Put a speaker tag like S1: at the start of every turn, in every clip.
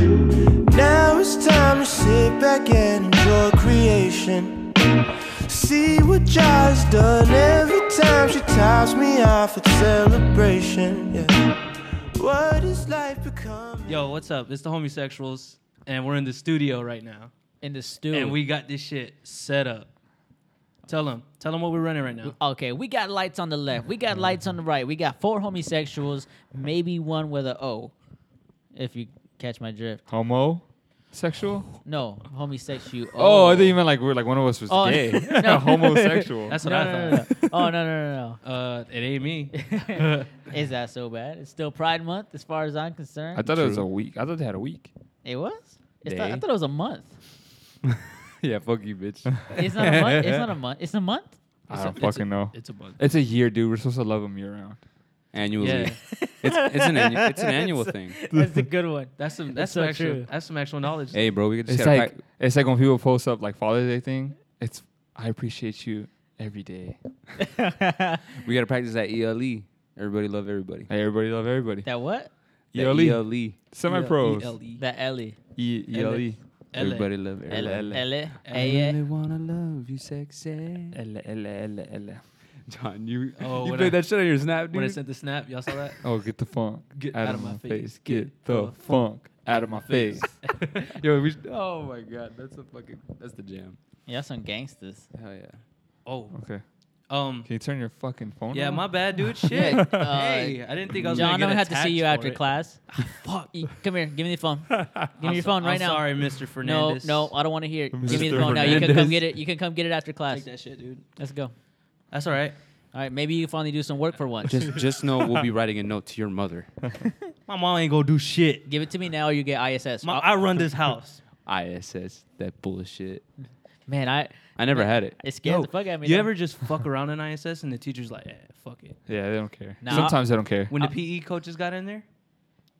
S1: Now it's time to sit back and enjoy creation. See what Ja's done every time she tops me off at celebration. Yeah. What is life becoming?
S2: Yo, what's up? It's the homosexuals, and we're in the studio right now,
S3: in the stew.
S2: and we got this shit set up. Tell them, tell them what we're running right now.
S3: okay, we got lights on the left. We got lights on the right. We got four homosexuals, maybe one with a O, if you catch my drift.
S4: Homo? Sexual?
S3: No, homosexual.
S4: Oh, I think you meant like we're like one of us was
S3: Oh,
S4: gay.
S3: no.
S4: Homosexual.
S2: That's what
S3: No,
S2: I
S3: no,
S2: thought.
S3: no, no. Oh no, no, no,
S2: Uh, it ain't me.
S3: no. Is that so bad? It's still Pride Month, as far as I'm concerned.
S4: I thought it was a week. I thought they had a week.
S3: it was. It's not- I
S4: Day.
S3: thought it was a month.
S4: yeah, fuck you, bitch.
S3: It's not a month. It's not a month. It's a month.
S4: I don't
S2: It's a-
S4: fucking know.
S2: It's a bug.
S4: It's a year, dude. We're supposed to love them year round.
S5: Annually,
S2: Yeah,
S5: it's it's an annu- it's an annual thing.
S3: That's a good one.
S2: that's some that's
S3: so
S2: some actual
S3: true.
S2: that's some actual knowledge.
S5: Hey, bro, we just
S4: It's
S5: gotta
S4: like
S5: pack-
S4: it's like when people post up like Father's Day thing. It's I appreciate you every day.
S5: we gotta practice that ELE. Everybody love everybody. E
S4: Hey, everybody love everybody.
S3: That what?
S5: The
S4: ELE.
S5: ELE.
S4: Semi pros.
S2: E-L-E.
S3: That Ellie.
S4: E
S2: L-
S4: ELE.
S5: Everybody love
S3: Ellie.
S5: everybody.
S3: Ellie.
S5: I
S3: Ellie.
S5: really wanna love you, sexy.
S4: L L L L.
S5: John, you
S2: Oh,
S5: you
S2: when
S5: played
S2: I-
S5: that shit on your snap, dude.
S2: When I sent the snap, y'all saw that?
S4: Oh, get the funk
S2: Get
S4: out, of my face. Get the funk out of my face.
S5: Yo, we should, oh my god, that's the fucking that's the jam.
S3: Yeah, some gangsters.
S5: Hell yeah.
S2: Oh,
S4: okay.
S2: um,
S4: Can you turn your fucking phone?
S2: yeah,
S4: off?
S2: my bad, dude. Shit.
S3: uh,
S2: hey, I didn't think I was
S3: John, I'm
S2: gonna
S3: gonna
S2: get
S3: have to
S2: attacked
S3: see you
S2: for
S3: after
S2: it.
S3: class.
S4: Ah,
S3: Fuck. You- Come here. Give me the phone. Give me
S2: I'm
S3: your
S2: so-
S3: phone right
S2: I'm
S3: now.
S2: Sorry, Mr.
S3: No, uh,
S2: Fernandez.
S3: no, I don't want to hear it. Give me the
S4: Mr.
S3: phone now. You can come
S4: Hernandez.
S3: get it. You can come get it after class.
S2: Take that shit, dude.
S3: Let's go. All
S2: That's all right.
S3: right, maybe you finally do some work for once.
S5: Just just know we'll be writing a note to your mother.
S2: My mom ain't gonna do shit.
S3: Give it to me now, or you get ISS.
S2: My,
S3: I'll-
S2: I run this house.
S5: ISS, that bullshit.
S3: man, I
S5: I never had it.
S3: it scared the fuck out of me.
S2: You
S3: though.
S2: ever just fuck around in ISS and the teacher's like, eh, fuck it.
S4: Yeah, they don't care.
S3: Nah.
S4: Sometimes they don't care.
S2: When the PE coaches got in there,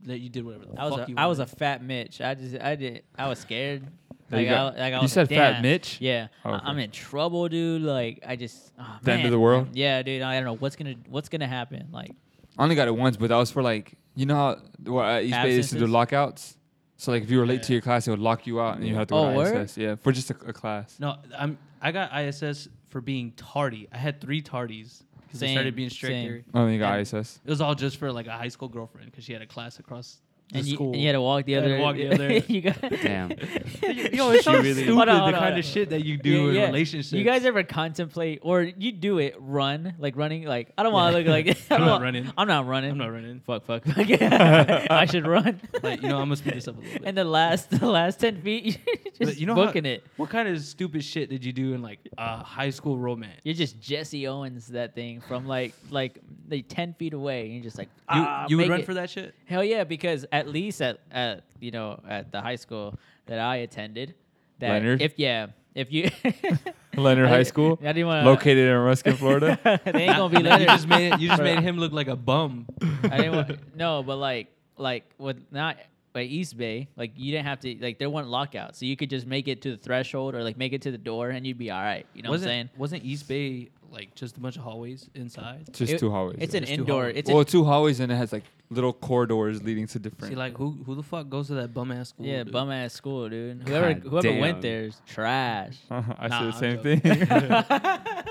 S2: that you did whatever the
S3: I was
S2: fuck
S3: a,
S2: you
S3: I was a
S2: wanted.
S3: fat Mitch. I just I did I was scared.
S4: There you
S3: Like, I,
S4: go.
S3: like, I
S4: You
S3: was
S4: said
S3: like,
S4: fat
S3: "Damn."
S4: Mitch?
S3: Yeah,
S4: Oh,
S3: I-
S4: okay.
S3: I'm in trouble, dude. Like I just oh,
S4: The end of
S3: man.
S4: the world?
S3: Yeah, dude. I don't know what's gonna what's gonna happen. Like
S4: I only got it once, but that was for like you know how well, uh, East Bay used to do
S3: Absences?
S4: lockouts. So like if you were late to your class, it would lock you out and you had to go
S3: Oh,
S4: to
S3: word?
S4: ISS. Yeah, for just a, a class.
S2: No, I'm. I got ISS for being tardy. I had three tardies because I
S3: Same,
S2: started being stricter.
S3: same.
S4: Oh, then you got
S2: And-
S4: ISS.
S2: It was all just for like a high school girlfriend because she had a class across the
S3: and you,
S2: school.
S3: and you had to walk the
S2: I had to
S3: other.
S2: walk the other-
S3: you got
S5: Damn.
S2: Yo, it's so
S5: She really-
S2: stupid
S3: Hold
S2: the
S3: on, hold on,
S2: kind
S3: hold on.
S2: of shit that you do
S3: Yeah,
S2: in
S3: yeah.
S2: relationships.
S3: You guys ever contemplate or you do it? Run like running. Like I don't want to look like I
S2: I'm
S3: don't
S2: not
S3: wa-
S2: running.
S3: I'm not running.
S2: I'm not running.
S3: Fuck, fuck, fuck. I should run.
S2: Like you know, I'm gonna speed this up a little bit.
S3: and the last the last ten feet, you're
S2: But
S3: just
S2: you know how-
S3: booking it.
S2: What kind of stupid shit did you do in like a high school romance?
S3: You're just Jesse Owens that thing from like like like ten feet away. And you're just like
S2: You,
S3: ah,
S2: you would
S3: make
S2: run
S3: it."
S2: for that shit?
S3: Hell yeah, because at least at, at you know at the high school that I attended, that
S4: Leonard?
S3: if yeah if you
S4: Leonard
S3: I-
S4: High School,
S3: I didn't wanna-
S4: located in Ruskin, Florida.
S3: they ain't gonna be
S2: Like,
S3: Leonard.
S2: you just made you just made him look like a bum.
S3: I didn't want, no, but like like with not like East Bay, like you didn't have to like there weren't lockouts, so you could just make it to the threshold or like make it to the door and you'd be all right. You know
S2: wasn't
S3: what I'm saying?
S2: wasn't East Bay like just a bunch of hallways inside?
S4: just
S3: It-
S4: two hallways.
S3: It's
S4: yeah.
S3: an
S2: Just two
S3: indoor.
S2: hallways.
S3: It's an-
S4: well, two hallways and it has like little corridors leading to different.
S2: See, like who who the fuck goes to that bum ass school?
S3: yeah,
S2: dude?
S3: bum ass school, dude. Whoever
S5: God
S3: whoever went
S5: damn.
S3: there is trash.
S4: I
S2: Nah,
S4: said the
S2: I'm
S4: same
S2: joking.
S4: thing.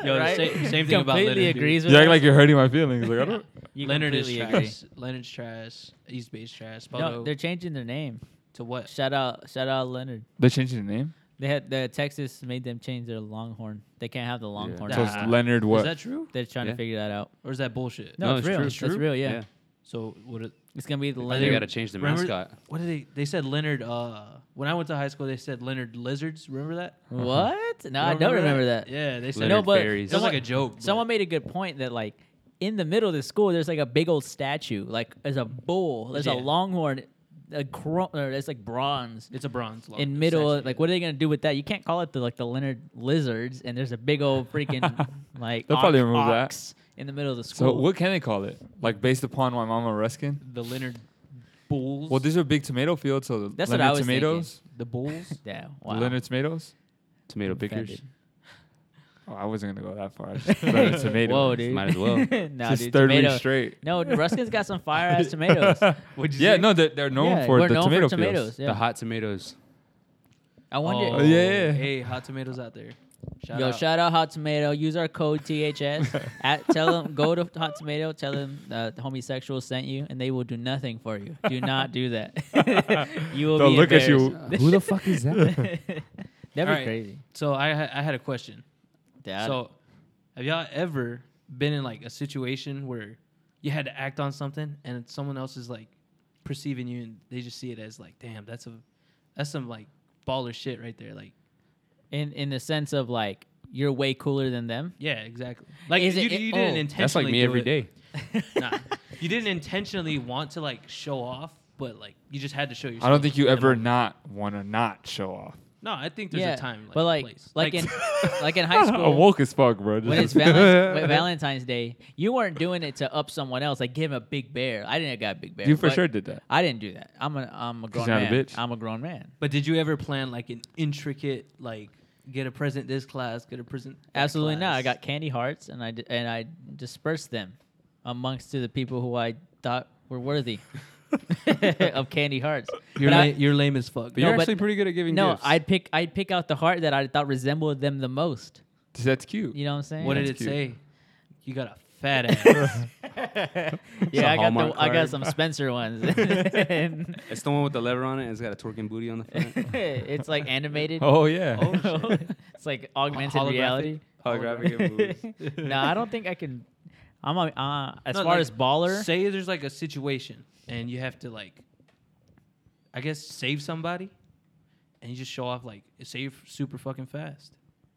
S2: Yo, the
S3: Right?
S2: same, same thing about Leonard.
S3: completely
S2: dude.
S3: agrees with
S4: you act
S3: us.
S4: like you're hurting my feelings. Like I don't.
S3: You
S2: Leonard is
S3: completely
S2: trash.
S3: agree.
S2: Leonard's trash. East Bay's trash.
S3: No,
S2: Spotto
S3: they're changing their name.
S2: to what?
S3: Shout out, shout out, Leonard.
S4: They changed the name.
S3: They had the Texas made them change their Longhorn. They can't have the Longhorn.
S4: So
S2: Nah.
S4: it's Leonard
S2: Is
S4: what?
S2: that true?
S3: They're trying
S5: Yeah.
S3: to figure that out.
S2: Or is that bullshit?
S3: No, it's, real. It's real. Yeah.
S2: So what? Are,
S3: It's gonna be the
S5: They
S3: Leonard.
S5: gotta change the
S2: remember-
S5: mascot.
S2: what did they? They said Leonard. Uh, when I went to high school, they said Leonard Lizards. Remember that?
S3: What? No,
S2: You
S3: I don't remember that.
S2: Yeah, they said
S5: Leonard
S3: no, but
S5: Fairies.
S2: It was like
S3: someone,
S2: a joke. but-
S3: someone made a good point that like in the middle of the school, there's like a big old statue. Like there's a bull. There's a
S2: Yeah.
S3: Longhorn. A cro- or it's like bronze.
S2: It's a bronze. Log,
S3: in middle
S2: essentially.
S3: like what are they gonna do with that you can't call it the like the leonard lizards and there's a big old freaking like
S4: They'll probably
S3: ox-
S4: remove that.
S3: ox in the middle of the
S4: So
S3: school
S4: what can they call it? Like based upon my mama Ruskin.
S2: the Leonard Bulls.
S4: Well, these are big tomato fields, so the
S3: That's what
S4: Leonard
S3: I was thinking.
S4: tomatoes,
S2: the Bulls.
S3: Yeah.
S4: the
S3: Wow.
S4: Leonard tomatoes.
S5: Tomato
S3: Offended.
S5: pickers.
S4: Oh, I wasn't gonna go that far. I just- Leonard tomatoes.
S3: Whoa, dude.
S5: Might as well.
S3: nah,
S4: Just
S3: dude.
S4: third week
S3: tomato-
S4: straight.
S3: No, Ruskin's got some fire ass tomatoes.
S2: What'd you
S4: Yeah,
S2: say?
S4: no, they're, they're known
S3: Yeah,
S4: for
S3: we're
S4: the
S3: known for
S4: tomato
S3: tomatoes.
S4: fields.
S3: Yeah.
S5: The hot tomatoes.
S3: I wonder.
S2: Oh,
S4: Yeah.
S2: Hey, hot tomatoes out there. Shout
S3: Yo,
S2: out.
S3: shout out Hot Tomato. Use our code THS. At, tell them go to Hot Tomato. Tell them uh, homosexual sent you, and they will do nothing for you. Do not do that. you will
S4: They'll
S3: be
S4: look at you.
S3: embarrassed.
S5: Who the fuck is that?
S3: That'd be
S2: Alright.
S3: crazy.
S2: So I ha- I had a question.
S3: Dad.
S2: so have y'all ever been in like a situation where you had to act on something and someone else is like perceiving you and they just see it as like, damn, that's a that's some like baller shit right there. Like,
S3: in in the sense of like you're way cooler than them.
S2: yeah, exactly. Like
S3: Is
S2: you,
S3: it-
S2: you
S3: oh.
S2: didn't intentionally.
S5: That's like me
S2: do
S5: every
S2: it.
S5: day.
S2: Nah. you didn't intentionally want to like show off, but like you just had to show yourself.
S4: I don't think you
S2: at
S4: ever
S2: all.
S4: not want to not show off.
S2: No, I think there's
S3: yeah,
S2: a time, like,
S3: but like
S2: place.
S3: like in like in high
S4: I'm
S3: school.
S4: woke as fuck, bro.
S3: When it's Valentine's, when Valentine's Day, you weren't doing it to up someone else. Like give him a big bear. I didn't got a big bear.
S4: you for
S3: but
S4: sure did that.
S3: I didn't do that. I'm a I'm a grown
S4: you're not a
S3: man.
S4: bitch.
S3: I'm a grown man.
S2: But did you ever plan like an intricate like get a present this class, get a present? that
S3: Absolutely not. I
S2: class?
S3: got candy hearts and I d- and I dispersed them amongst to the people who I thought were worthy of candy hearts.
S2: You're
S3: But I-
S2: la- you're lame as fuck.
S5: But
S3: No,
S5: you're
S3: but-
S5: actually pretty good at giving
S3: no,
S5: gifts.
S3: I'd pick I'd pick out the heart that I thought resembled them the most.
S4: That's cute.
S3: You know what I'm saying?
S2: what did it
S4: That's cute.
S2: say? You got a fat ass.
S5: a
S3: yeah, I got
S5: Hallmark
S3: the, I got
S5: card.
S3: some Spencer ones. And
S5: It's the one with the lever on it. and It's got a twerking booty on the front.
S3: it's like animated.
S4: Oh yeah.
S3: it's like augmented
S2: Holographic?
S3: reality.
S5: Holographic and boobs.
S3: no, I don't think I can. I'm a, uh, as
S2: No,
S3: far
S2: like,
S3: as baller.
S2: Say there's like a situation and you have to like, I guess save somebody, and you just show off like say you're super fucking fast,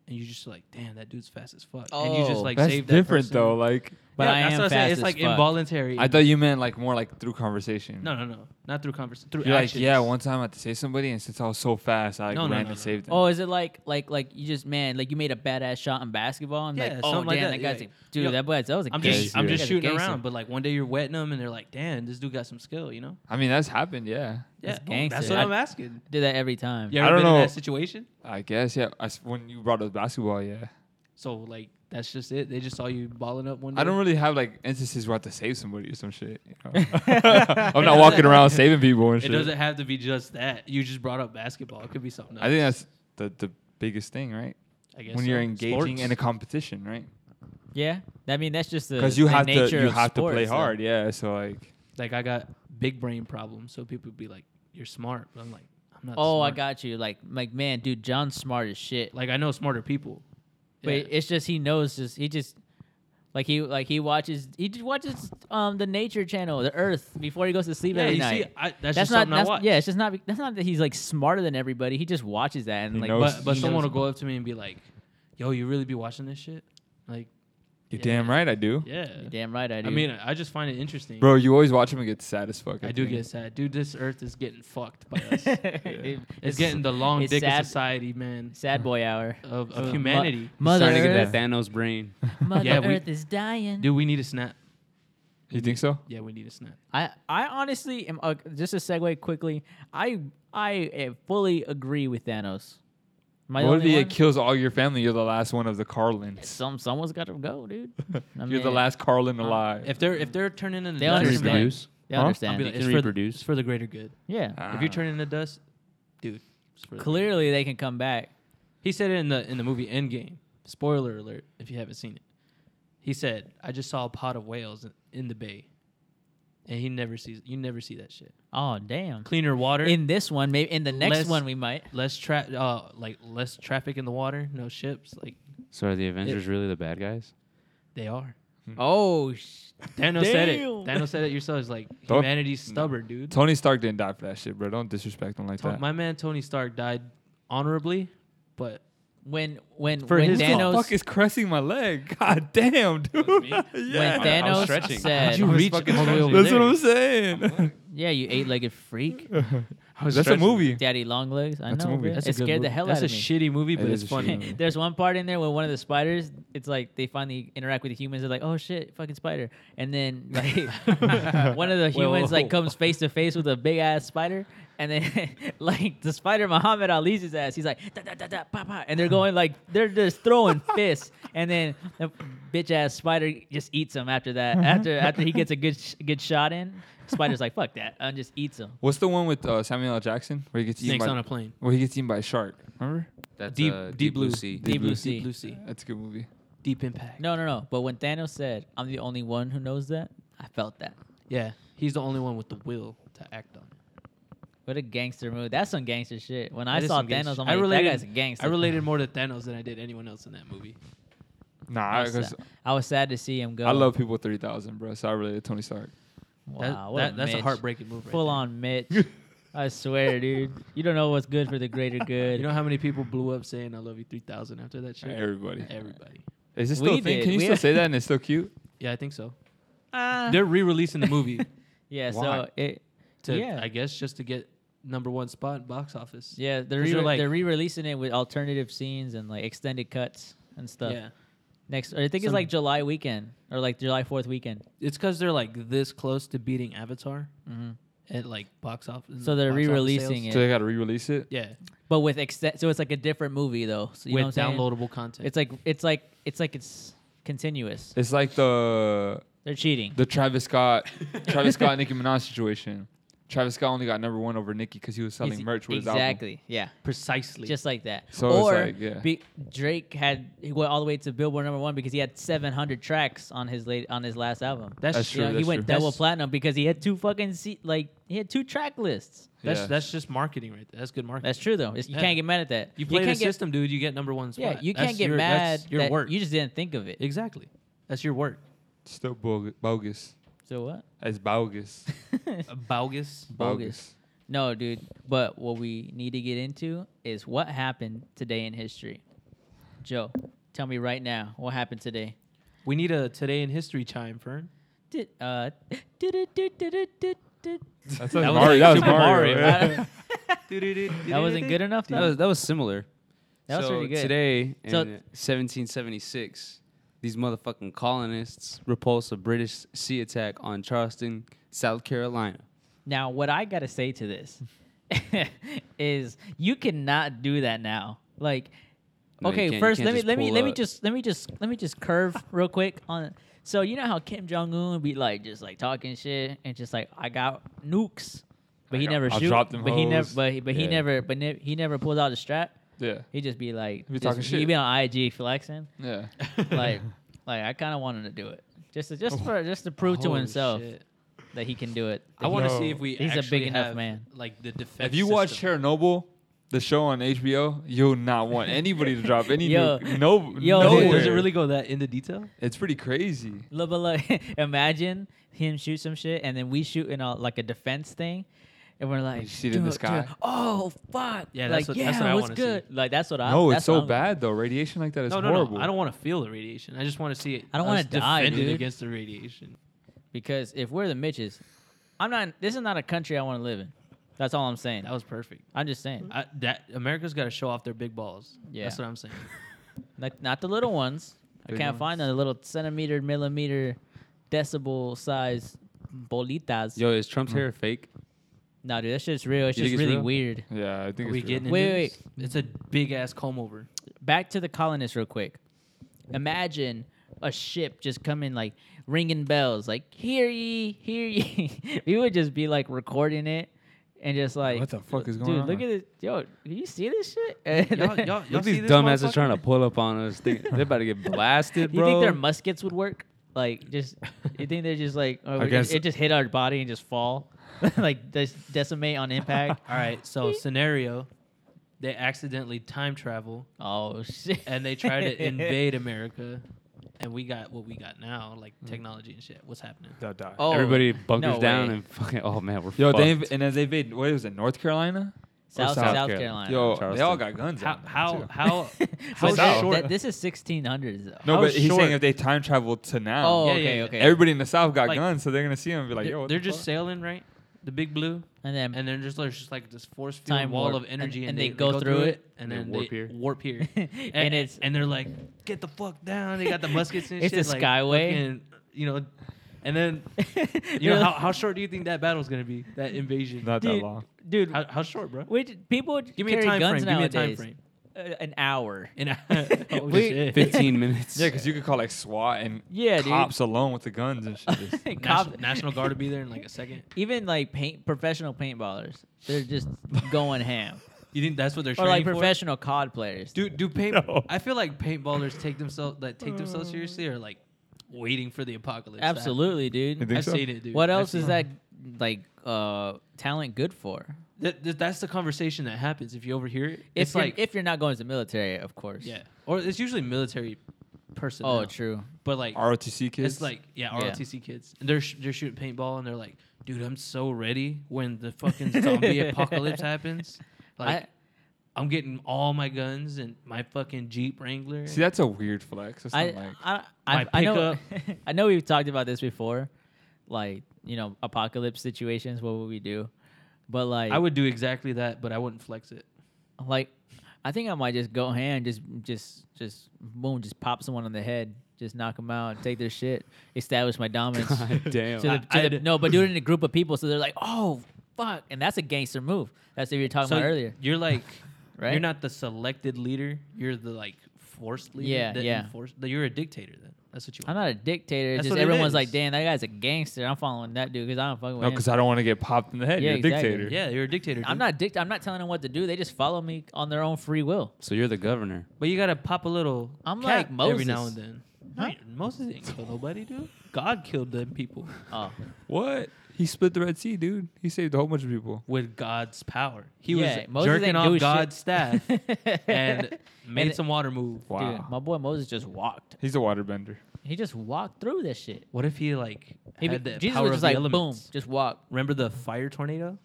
S2: and you just like damn that dude's fast as fuck, and you
S3: Oh.
S2: just like
S4: That's
S2: save that
S4: different
S2: person.
S4: though. Like
S3: But
S2: Yeah,
S3: I
S2: that's
S3: am
S2: what I'm saying.
S3: fast
S2: It's
S3: as
S2: like
S3: fuck.
S2: involuntary.
S4: I thought you meant like more like through conversation.
S2: no, no, no, not through conversation. Through
S4: You're
S2: actions.
S4: like, yeah, one time I had to save somebody, and since I was so fast, I like,
S2: No, no,
S4: ran
S2: no,
S4: and
S2: no.
S4: saved them.
S3: Oh, is it like like like you just man like you made a badass shot in basketball and
S2: Yeah,
S3: like oh damn
S2: something like
S3: that,
S2: that,
S3: guy's
S2: yeah.
S3: a, dude
S2: Yo,
S3: that was that was a
S2: I'm just
S3: gangster.
S2: I'm
S3: That
S2: just
S3: guy's a
S2: shooting
S3: gangster."
S2: around, but like one day you're wetting them and they're like, damn, this dude got some skill, you know?
S4: I mean, that's happened. Yeah.
S2: Yeah,
S3: That's
S2: boom, that's
S3: gangster.
S2: what
S3: I-
S2: I'm asking.
S3: do that every time.
S2: You
S4: I
S2: ever
S4: don't
S2: been in
S4: know.
S2: that situation?
S4: I guess. Yeah. I s when you brought up basketball, yeah.
S2: So like that's just it. They just saw you balling up one day.
S4: I don't really have like instances where I have to save somebody or some shit. You know? I'm not walking around saving people and
S2: It
S4: shit.
S2: doesn't have to be just that. You just brought up basketball. It could be something else.
S4: I think that's the the biggest thing, right?
S2: I guess
S4: When
S2: so.
S4: you're engaging in a
S2: Sports.
S4: competition, right?
S3: Yeah, I mean that's just the
S4: Because you
S3: the
S4: have to
S3: nature
S4: you
S3: of
S4: have to play
S3: sports, though.
S4: hard. Yeah. So like.
S2: like I got big brain problems, so people would be like, "You're smart," but I'm like, "I'm not."
S3: Oh, I
S2: smart.
S3: got you. Like like man, dude, John's smart as shit.
S2: Like I know smarter people.
S3: But
S2: Yeah.
S3: it's just he knows just he just like he like he watches he just watches um the nature channel, the earth before he goes to sleep
S2: yeah,
S3: every
S2: you
S3: night.
S2: see, I, that's, just
S3: not
S2: something I
S3: that's,
S2: watch.
S3: yeah, it's just not that's not that he's like smarter than everybody. He just watches that and
S4: He
S3: like
S4: knows-
S2: but but
S4: He
S2: someone
S4: knows-
S2: will go up to me and be like, "Yo, you really be watching this shit?" Like,
S4: You're
S2: Yeah.
S4: damn right I do.
S2: yeah.
S3: You're damn right I do.
S2: I mean, I just find it interesting.
S4: Bro, you always watch him and get sad as fuck.
S2: I do
S4: think.
S2: get sad, dude. This Earth is getting fucked by us. it's,
S3: It-
S2: getting the long
S3: it's
S2: dick
S3: sad-
S2: of society, man,
S3: sad boy hour.
S2: of, of humanity.
S5: He's
S3: Mother
S5: Starting to get
S3: Earth,
S5: that Thanos brain.
S3: Mother
S2: Yeah, we-
S3: Earth is dying.
S2: Dude, we need a snap.
S4: You think so?
S2: Yeah, we need a snap.
S3: I I honestly am uh, just a segue quickly. I I uh, fully agree with Thanos. Am I the
S4: What if
S3: only
S4: he
S3: one?
S4: kills all your family? You're the last one of the Carlins.
S3: Some someone's got to go, dude. I
S4: You're the
S3: mean,
S4: last Carlin alive.
S2: If they're if they're turning into
S3: They
S2: dust,
S3: understand.
S2: man,
S5: Reproduce.
S3: They
S4: Huh?
S2: I'll
S3: understand.
S2: be
S5: They
S2: like,
S5: can
S2: it's, for,
S5: reproduce.
S2: it's for the greater good.
S3: yeah.
S2: if you're turning into dust, dude, it's for the-
S3: Clearly, they can come back.
S2: he said it in the in the movie Endgame. Spoiler alert! If you haven't seen it, he said, "I just saw a pod of whales in, in the bay," and he never sees you never see that shit.
S3: Oh damn!
S2: Cleaner water.
S3: In this one, maybe in the next
S2: Less-
S3: one, we might.
S2: less tra- uh, like less traffic in the water, no ships, like
S5: So are the Avengers really the bad guys?
S2: they are.
S3: Oh, sh-
S2: Thanos said it.
S3: Damn.
S2: Thanos said it yourself. It's like
S4: Don't-
S2: humanity's stubborn, dude.
S4: Tony Stark didn't die for that shit, bro. Don't disrespect him like
S2: To-
S4: that.
S2: my man Tony Stark died honorably, but
S3: when when
S2: For
S3: when
S2: his fault.
S4: What
S3: Thanos
S4: the fuck is caressing my leg? God damn, dude.
S3: when
S4: yeah.
S5: I'm
S3: Thanos
S5: stretching.
S3: said,
S2: Did you
S4: was
S2: reach all
S4: fucking
S2: the way
S4: stretching.
S2: over
S4: That's
S2: there?
S4: what I'm saying.
S3: "Yeah, you eight-legged freak,
S4: That's a movie.
S3: daddy long legs." I
S4: That's a
S3: know.
S4: movie.
S3: bruh.
S4: That's
S3: it scared the hell
S2: That's
S3: out of
S2: a
S3: me.
S2: shitty movie, but
S4: It
S2: it's
S4: is a shitty
S2: funny.
S4: movie.
S3: There's one part in there where one of the spiders, it's like they finally interact with the humans. They're like, "Oh shit, fucking spider!" And then like one of the
S2: Whoa, whoa,
S3: humans like
S2: whoa.
S3: comes face to face with a big ass spider, and then like the spider Muhammad Ali's his ass. He's like, da, da, da, da, pa, pa," and they're going like they're just throwing fists, and then the bitch ass spider just eats him after that. After after he gets a good sh- good shot in, spider's like, "Fuck that," and just eats him.
S4: What's the one with uh, Samuel L. Jackson where he gets
S2: Snakes
S4: eaten by
S2: on a plane.
S4: where he gets eaten by a shark? Remember?
S5: That's
S2: Deep-
S5: deep, uh,
S2: Deep
S5: deep, blue
S2: Blue.
S5: sea.
S3: Deep Blue Sea.
S2: Deep Blue Sea.
S4: That's a good movie.
S2: Deep Impact.
S3: No, no, no. But when Thanos said, "I'm the only one who knows that," I felt that.
S2: Yeah, he's the only one with the will to act on. it.
S3: What a gangster move. That's some gangster shit. When I
S2: That is
S3: saw
S2: some gangster
S3: Thanos,
S2: shit.
S3: I'm
S2: I
S3: like,
S2: related-
S3: that guy's a gangster.
S2: I related more to Thanos than I did anyone else in that movie.
S4: Nah,
S3: I was,
S4: because
S3: sad. I was sad to see him go.
S4: I love people three thousand, bro. So I related to Tony Stark.
S2: That-
S3: Wow,
S2: that- that's a
S3: Mitch.
S2: heartbreaking move. Right
S3: Full
S2: there.
S3: on Mitch. I swear, dude. You don't know what's good for the greater good.
S2: You know how many people blew up saying "I love you" three thousand after that shit?
S4: Everybody.
S2: Everybody.
S4: Is this
S3: We
S4: still a thing?
S3: did.
S4: Can you
S3: We-
S4: still say that and it's still cute?
S2: Yeah, I think so.
S3: Ah.
S2: They're re-releasing the movie
S3: yeah,
S4: Why?
S3: so it.
S2: to,
S3: yeah.
S2: I guess, just to get number one spot in box office.
S3: yeah, they're,
S2: 'Cause
S3: re-
S2: they're like-
S3: they're re-releasing it with alternative scenes and like extended cuts and stuff.
S2: yeah.
S3: Next, I think it's
S2: Some-
S3: like July weekend or like July Fourth weekend.
S2: It's because they're like this close to beating Avatar
S3: hmm
S2: at like box office.
S3: So they're
S2: box office
S3: re-releasing
S2: sales.
S4: So
S3: Yeah.
S4: they gotta re-release it.
S2: Yeah,
S3: But with extent, so it's like a different movie though. So you know
S2: with
S3: what I'm saying?
S2: downloadable content.
S3: It's like it's like it's like it's continuous.
S4: It's like the
S3: They're cheating.
S4: the Travis Scott, Travis Scott, Nicki Minaj situation. Travis Scott only got number one over Nicki because he was selling
S3: Ex-
S4: merch with his album.
S3: exactly. Yeah.
S2: precisely.
S3: Just like that.
S4: So it's
S3: or
S4: like, yeah.
S3: be, Drake had he went all the way to Billboard number one because he had 700 tracks on his late on his last album.
S2: that's
S4: That's
S2: that's,
S4: true,
S3: You know, he went
S4: true.
S3: double
S2: That's-
S3: platinum because he had two fucking se- like he had two track lists.
S2: that's,
S4: Yeah.
S2: just marketing right there. That's good marketing.
S3: That's true though. It's- you
S2: Yeah.
S3: can't get mad at that.
S2: You play the
S3: can't get,
S2: system, dude. You get number one spot.
S3: Yeah, you
S2: That's
S3: can't get
S2: your,
S3: mad.
S2: That's your
S3: that
S2: work.
S3: You just didn't think of it.
S2: exactly. That's your work.
S4: Still bog- bogus.
S3: So what?
S4: It's bogus.
S2: A bogus.
S3: Bogus. No, dude. But what we need to get into is what happened today in history. Joe, tell me right now what happened today.
S2: We need a today in history chime, Fern.
S3: Did, uh, did-it-did-did-did-did-did.
S4: That's
S2: That
S4: that
S2: was
S4: Mario.
S2: like
S4: that was
S2: Super
S4: Mario.
S2: Mario.
S4: right?
S3: that wasn't good enough
S5: That
S3: though.
S5: was that was similar.
S3: That was
S5: so
S3: pretty good.
S5: Today in
S3: So-
S5: 1776, these motherfucking colonists repulse a British sea attack on Charleston, South Carolina.
S3: Now, what I gotta say to this is, you cannot do that now. Like,
S5: No, you
S3: okay,
S5: can't- you
S3: first
S5: can't
S3: let me
S5: just
S3: let me
S5: pull
S3: let me
S5: up.
S3: just let me just let me just curve real quick on. So you know how Kim Jong Un be like just like talking shit and just like I got nukes, but he
S4: got-
S3: never
S4: I'll
S3: shoot.
S4: drop them
S3: but he never.
S4: hoes.
S3: But he, but he
S4: Yeah.
S3: never. But ne- he never pulled out the strap.
S4: Yeah.
S3: He just be like,
S4: He be
S3: just-
S4: talking
S3: He
S4: shit.
S3: be on IG flexing.
S4: Yeah.
S3: like like I kind of wanted to do it just to,
S2: Oh.
S3: just for just to prove to
S2: Holy
S3: himself
S2: shit.
S3: that he can do it.
S2: I want to
S4: No.
S2: see if we.
S3: He's a big
S2: actually
S3: enough
S2: have,
S3: man.
S2: Like the defense.
S4: If you watch
S2: system.
S4: Chernobyl, the show on HBO, you'll not want anybody to drop any
S3: Yo.
S4: nuke. No,
S3: Yo,
S2: Does it-
S4: nowhere.
S2: does it really go that into detail?
S4: It's pretty crazy.
S3: Look, but look, imagine him shoot some shit and then we shoot in a like a defense thing. And we're like,
S4: You see it in the
S3: "Dude, dude,
S4: sky?"
S3: Oh fuck!
S2: Yeah,
S3: like,
S2: that's what-
S3: yeah,
S2: that's what I
S3: what's
S2: wanna see.
S3: good? Like that's
S2: Uh,
S3: what I.
S4: no,
S3: that's
S4: it's so
S3: what I'm-
S4: bad though. Radiation like that is
S2: No, no,
S4: horrible.
S2: no. I don't want to feel the radiation. I just want to see it.
S3: I don't
S2: us
S3: wanna die,
S2: defended
S3: dude.
S2: against the radiation.
S3: because if we're the Mitches, I'm not. This is not a country I want to live in. That's all I'm saying.
S2: That was perfect.
S3: I'm just saying,
S2: I, that America's got to show off their big balls.
S3: Yeah.
S2: that's what I'm saying.
S3: like not the little ones. I
S4: Big
S3: can't find the little centimeter, millimeter, decibel size bolitas.
S5: Yo, is Trump's
S2: Mm.
S5: hair fake?
S3: Nah, dude, that shit's real. It's
S5: You
S3: just
S5: think it's
S3: really
S5: real?
S3: weird.
S4: Yeah, I think
S2: Are
S4: it's
S2: we
S4: real.
S2: getting
S3: Wait,
S2: into
S3: wait,
S2: this? It's a big ass comb over.
S3: Back to the colonists, real quick. Imagine a ship just coming like ringing bells, like hear ye, hear ye. we would just be like recording it and just like,
S4: What the fuck is
S3: dude?
S4: going
S3: Look
S4: on?
S3: at this, yo. Do you see this shit? And
S2: Y'all, Oh, y'all, y'all
S5: Look,
S2: see
S5: these
S2: this
S5: dumbasses
S2: motherfucker?
S5: trying to pull up on us. They, they're about to get blasted,
S3: you
S5: bro.
S3: think their muskets would work? Like, just you think they're just like, oh,
S4: I
S3: it-
S4: guess-
S3: it, just hit our body and just fall, like just decimate on impact.
S2: All right, so scenario, they accidentally time travel
S3: oh shit!
S2: and they try to invade America, and we got what we got now, like
S3: Mm.
S2: technology and shit. What's happening?
S3: Oh,
S5: Everybody bunkers
S3: no
S5: down
S3: way.
S5: and fucking. Oh man, we're
S4: Yo,
S5: fucked.
S4: they inv- and then they invaded. What was it? North Carolina.
S3: South,
S4: South
S3: South, Carolina.
S5: Carolina.
S4: Yo, they
S5: Charleston.
S4: all got guns.
S2: How
S4: out there,
S2: how
S4: too.
S2: how, how
S3: But
S4: South.
S3: that-
S2: short?
S3: that- this is 1600s though.
S4: No,
S2: how
S4: but he's
S2: short-
S4: saying if they time traveled to now,
S3: Oh,
S2: Yeah, yeah,
S3: okay,
S2: yeah.
S3: okay.
S4: everybody in the South got
S2: Like,
S4: guns, so they're gonna see him and be like,
S2: they're
S4: "Yo, what
S2: they're
S4: the
S2: just
S4: fuck?
S2: sailing right, the big blue,
S3: and then
S2: and then just there's just like this force field
S3: Time
S2: wall
S3: warp,
S2: of energy, and,
S3: and- and
S2: they, go, through it, and
S5: they
S2: then
S5: warp
S2: they
S5: here.
S2: warp here,
S3: And it's-
S2: and they're like, get the fuck down. They got the muskets and
S3: It's
S2: shit.
S3: a
S2: like,
S3: skyway.
S2: fucking, you know, and then you
S3: They're
S2: know how,
S3: like-
S2: how short do you think that battle's gonna be? That invasion?
S4: not that
S3: dude,
S4: long."
S3: dude.
S2: How, how short, bro?
S3: Which people would
S2: Give me a
S3: carry
S2: time frame.
S3: guns
S2: Give me a time
S3: nowadays?
S2: frame.
S3: Uh, an hour.
S2: And oh,
S3: We-
S2: shit.
S5: 15 minutes.
S4: Yeah, because you could call like SWAT and
S3: Yeah, dude.
S4: cops alone with the guns and shit. Just-
S3: Cop-
S2: National, National Guard will be there in like a second.
S3: even like paint professional paintballers, they're just going ham.
S2: You think that's what they're
S3: Or
S2: training
S3: like
S2: for?
S3: professional COD players.
S2: Do do paint?
S4: No.
S2: I feel like paintballers take themselves like take themselves seriously or like waiting for the apocalypse. to happen.
S3: Absolutely,
S4: You
S3: dude.
S4: think
S2: I've
S4: so?
S2: seen it, dude.
S3: What
S2: I've
S3: else
S2: seen
S3: is
S2: it.
S3: that like uh talent good for?
S2: That, that- that's the conversation that happens if you overhear it.
S3: If
S2: It's
S3: you're,
S2: like
S3: if you're not going to the military, of course.
S2: yeah, or it's usually military person.
S3: Oh, true.
S2: But like
S4: ROTC kids.
S2: it's like yeah,
S3: Yeah.
S2: ROTC kids, and they're sh- they're shooting paintball, and they're like, dude, I'm so ready when the fucking zombie apocalypse happens. Like I, am getting all my guns and my fucking Jeep Wrangler.
S4: see, that's a weird flex. That's
S3: I,
S4: not like,
S3: I, I,
S2: my
S3: I know I know we've talked about this before, like you know apocalypse situations. What would we do? But like
S2: I would do exactly that, but I wouldn't flex it.
S3: like I think I might just go hand, just just just boom, just pop someone on the head, just knock them out, take their shit, establish my dominance.
S5: God damn.
S3: To the,
S2: I-
S3: to the,
S2: I'd-
S3: no, but do it in a group of people, so they're like, oh fuck, and that's a gangster move. That's what you were talking about earlier,
S2: You're like,
S3: right?
S2: you're not the selected leader. You're the like forced leader.
S3: Yeah,
S2: the
S3: yeah.
S2: enforced- the- you're a dictator. Then that's what you.
S3: I'm
S2: want.
S3: not a dictator. It's
S2: That's
S3: just
S2: what it
S3: everyone's like,
S2: is.
S3: damn, that guy's a gangster. I'm following that dude because I don't fucking
S4: no,
S3: with him.
S4: because I don't want to get popped in the head.
S3: Yeah,
S4: You're a
S3: exactly.
S4: dictator.
S2: yeah, you're a dictator.
S3: I'm
S2: dude.
S3: not dict- I'm not telling them what to do. They just follow me on their own free will.
S5: so you're the governor.
S2: But you gotta pop a little.
S3: I'm
S2: cap
S3: like
S2: every now
S3: Moses.
S2: and then. Right, Moses didn't kill nobody, dude. God killed them people
S3: Oh,
S4: What? He split the Red Sea, dude. He saved a whole bunch of people.
S2: with God's power. He
S3: Yeah,
S2: was
S3: Moses
S2: jerking
S3: didn't do
S2: off
S3: shit.
S2: God's staff and made
S3: And it-
S2: some water move.
S3: dude,
S4: Wow.
S3: my boy Moses just walked.
S4: He's a waterbender.
S3: He just walked through this shit.
S2: What if he like
S3: He be-
S2: had the
S3: Jesus
S2: power
S3: was
S2: of
S3: just
S2: the
S3: like, boom,
S2: elements?
S3: just walk.
S2: Remember the fire tornado?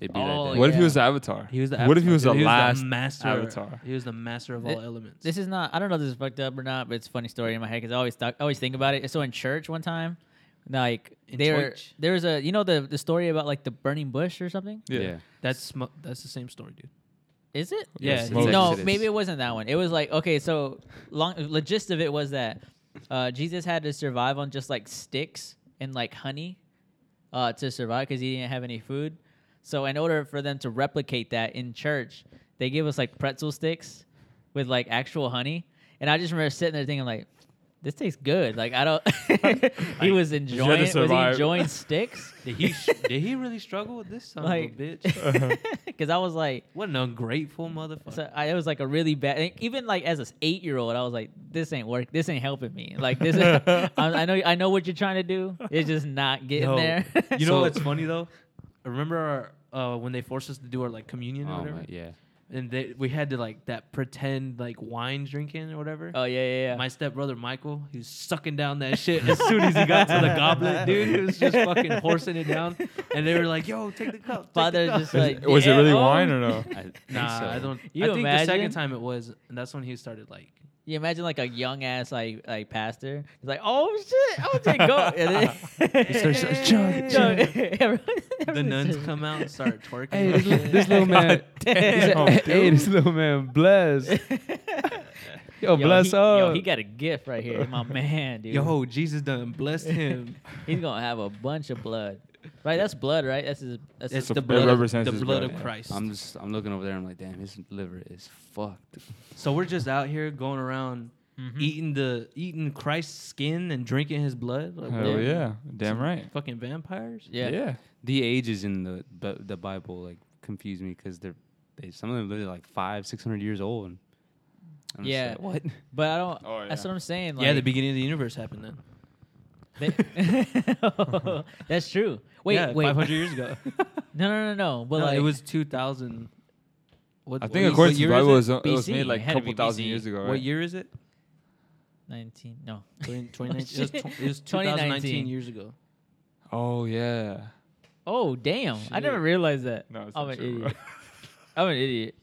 S5: It'd be
S3: Oh,
S5: like that.
S4: What if he
S3: yeah.
S4: was the Avatar?
S2: He was the.
S4: What if he
S2: avatar,
S4: was
S2: dude.
S4: the last
S2: master
S4: Avatar?
S2: He was the master of
S3: Thi-
S2: all elements.
S3: This is not. I don't know if this is fucked up or not, but it's a funny story in my head because I always thought, I always think about it. So in church one time, like
S2: In
S3: there were-
S2: church?
S3: there was a you know the the story about like the burning bush or something.
S5: yeah.
S2: that's sm- that's the same story, dude.
S3: Is it?
S2: Yeah,
S5: Yes,
S2: he-
S5: it's
S2: Moses.
S3: No,
S5: Exodus.
S3: maybe it wasn't that one. It was like okay, so long. The gist of it was that uh, Jesus had to survive on just like sticks and like honey uh, to survive because he didn't have any food. So in order for them to replicate that in church, they give us like pretzel sticks with like actual honey. And I just remember sitting there thinking like, this tastes good. Like I don't. he was enjoying. Was he
S4: survive.
S3: enjoying sticks?
S2: Did he sh- did he really struggle with this son
S3: Like-
S2: of a bitch?
S3: Because I was like.
S2: What an ungrateful motherfucker.
S3: So I, it was like a really bad. and Even like as an eight year old, I was like, "This ain't work. This ain't helping me. Like this, I, I know, I know what you're trying to do. It's just not getting
S2: No.
S3: there."
S2: You
S5: So-
S2: know what's funny though? Remember our, uh, when they forced us to do our like communion or
S5: Oh,
S2: whatever,
S5: my, yeah.
S2: and they, we had to like that pretend like wine drinking or whatever.
S3: oh yeah, yeah, yeah.
S2: My stepbrother Michael, he was sucking down that shit as soon as he got to the goblet, dude. He was just fucking horsing it down, and they were like, "Yo, take the cup." take the
S3: father's
S2: cup."
S3: just like,
S4: was
S3: "Yeah,
S4: it really
S3: oh."
S4: wine or no?
S5: I think
S2: Nah,
S5: so.
S2: I don't.
S3: You
S2: I think the
S3: imagine?
S2: second time it was, and that's when he started like,
S3: You imagine like a young ass like like pastor. He's like, "Oh shit, I'll take go." And then
S4: He starts to- John,
S3: No,
S4: John.
S3: everyone-
S2: the
S3: everyone's
S2: nuns
S3: just-
S2: come out and start twerking.
S5: Hey,
S2: and
S5: this, li-
S2: shit.
S5: this little man. "Oh,
S4: Damn,
S5: Hey, hey,
S4: dude.
S5: this little man, bless. Yo,
S3: Yo,
S5: bless
S3: he,
S5: up.
S3: Yo, he got a gift right here, my man, dude.
S2: Yo, Jesus done blessed him.
S3: He's gonna have a bunch of blood. Right, that's blood, right? That's his. That's
S2: It's
S3: his
S4: a-
S2: the
S4: it
S2: blood, of,
S4: represents
S2: the
S4: his
S2: blood
S4: blood,
S2: of
S4: yeah.
S2: Christ.
S5: I'm just, I'm looking over there. I'm like, damn, his liver is fucked.
S2: So we're just out here going around eating the eating Christ's skin and drinking his blood. Like,
S4: Hell
S2: we're
S4: yeah. Damn right.
S2: Fucking vampires.
S3: yeah.
S4: yeah.
S5: The ages in the Bi- the Bible like confuse me because they're, they some of them live like five, six hundred years old. And I'm just
S3: Yeah.
S5: like, what?
S3: But I don't.
S4: Oh,
S3: That's
S4: yeah.
S3: what I'm saying. Like,
S2: yeah, the beginning of the universe happened then.
S3: they- that's true. Wait,
S2: yeah,
S3: wait.
S2: 500 years ago.
S3: No, no, no, no. But
S2: No,
S3: like,
S2: it was 2000. What,
S4: I
S2: what
S4: think according to the
S2: year is
S4: Bible, it
S2: it?
S4: was, it was
S3: BC.
S4: made like
S3: It
S4: a
S3: had to
S4: couple
S3: be
S4: thousand
S3: BC.
S4: years ago, right?
S2: What year is it? Oh,
S3: 19. No.
S2: 20- 2019. it, was tw- it was
S3: 2019.
S2: 2019 years ago.
S4: Oh yeah.
S3: Oh damn! I never
S2: Shit.
S3: realized that.
S4: No, it's
S3: I'm
S2: Oh,
S3: an
S4: not true.
S3: idiot. I'm an idiot.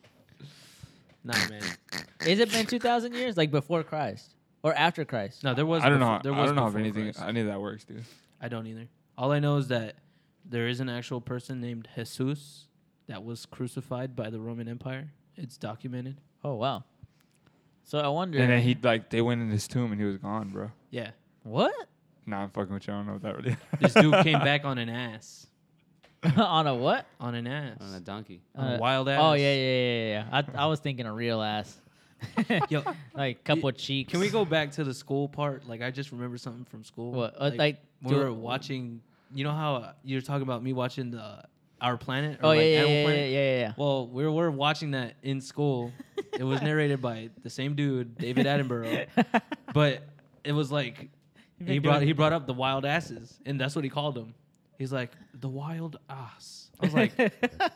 S2: Nah, man.
S3: Is it been 2,000 years? Like before Christ or after Christ?
S2: No, there was.
S4: I don't know.
S2: befo-
S4: How,
S2: There was
S4: I don't know if
S2: before
S4: anything
S2: Christ.
S4: any of that works, dude.
S2: I don't either. All I know is that there is an actual person named Jesus that was crucified by the Roman Empire. It's documented.
S3: Oh, wow. So I wonder.
S4: And then he like they went in his tomb and he was gone, bro.
S2: Yeah,
S3: what?
S4: Nah, I'm fucking with you. I don't know if that really.
S2: this dude came back on an ass,
S3: On a what?
S2: on an ass,
S5: on a donkey.
S2: on a
S3: Uh,
S2: wild ass.
S3: Oh, yeah, yeah, yeah, yeah. yeah. I, I was thinking a real ass.
S2: Yo,
S3: like couple
S2: y-
S3: of cheeks.
S2: can we go back to the school part? Like, I just remember something from school.
S3: What? Uh, like,
S2: we
S3: do-
S2: were watching. You know how uh, you're talking about me watching the Our Planet?
S3: Oh,
S2: like
S3: yeah, yeah,
S2: Animal
S3: yeah, yeah,
S2: Planet?
S3: yeah, yeah, yeah.
S2: Well, we were watching that in school. it was narrated by the same dude, David Attenborough. but it was like
S3: You've
S2: he
S3: been
S2: brought
S3: doing-
S2: he brought up the wild asses, and that's what he called them. He's like the wild ass. I was like,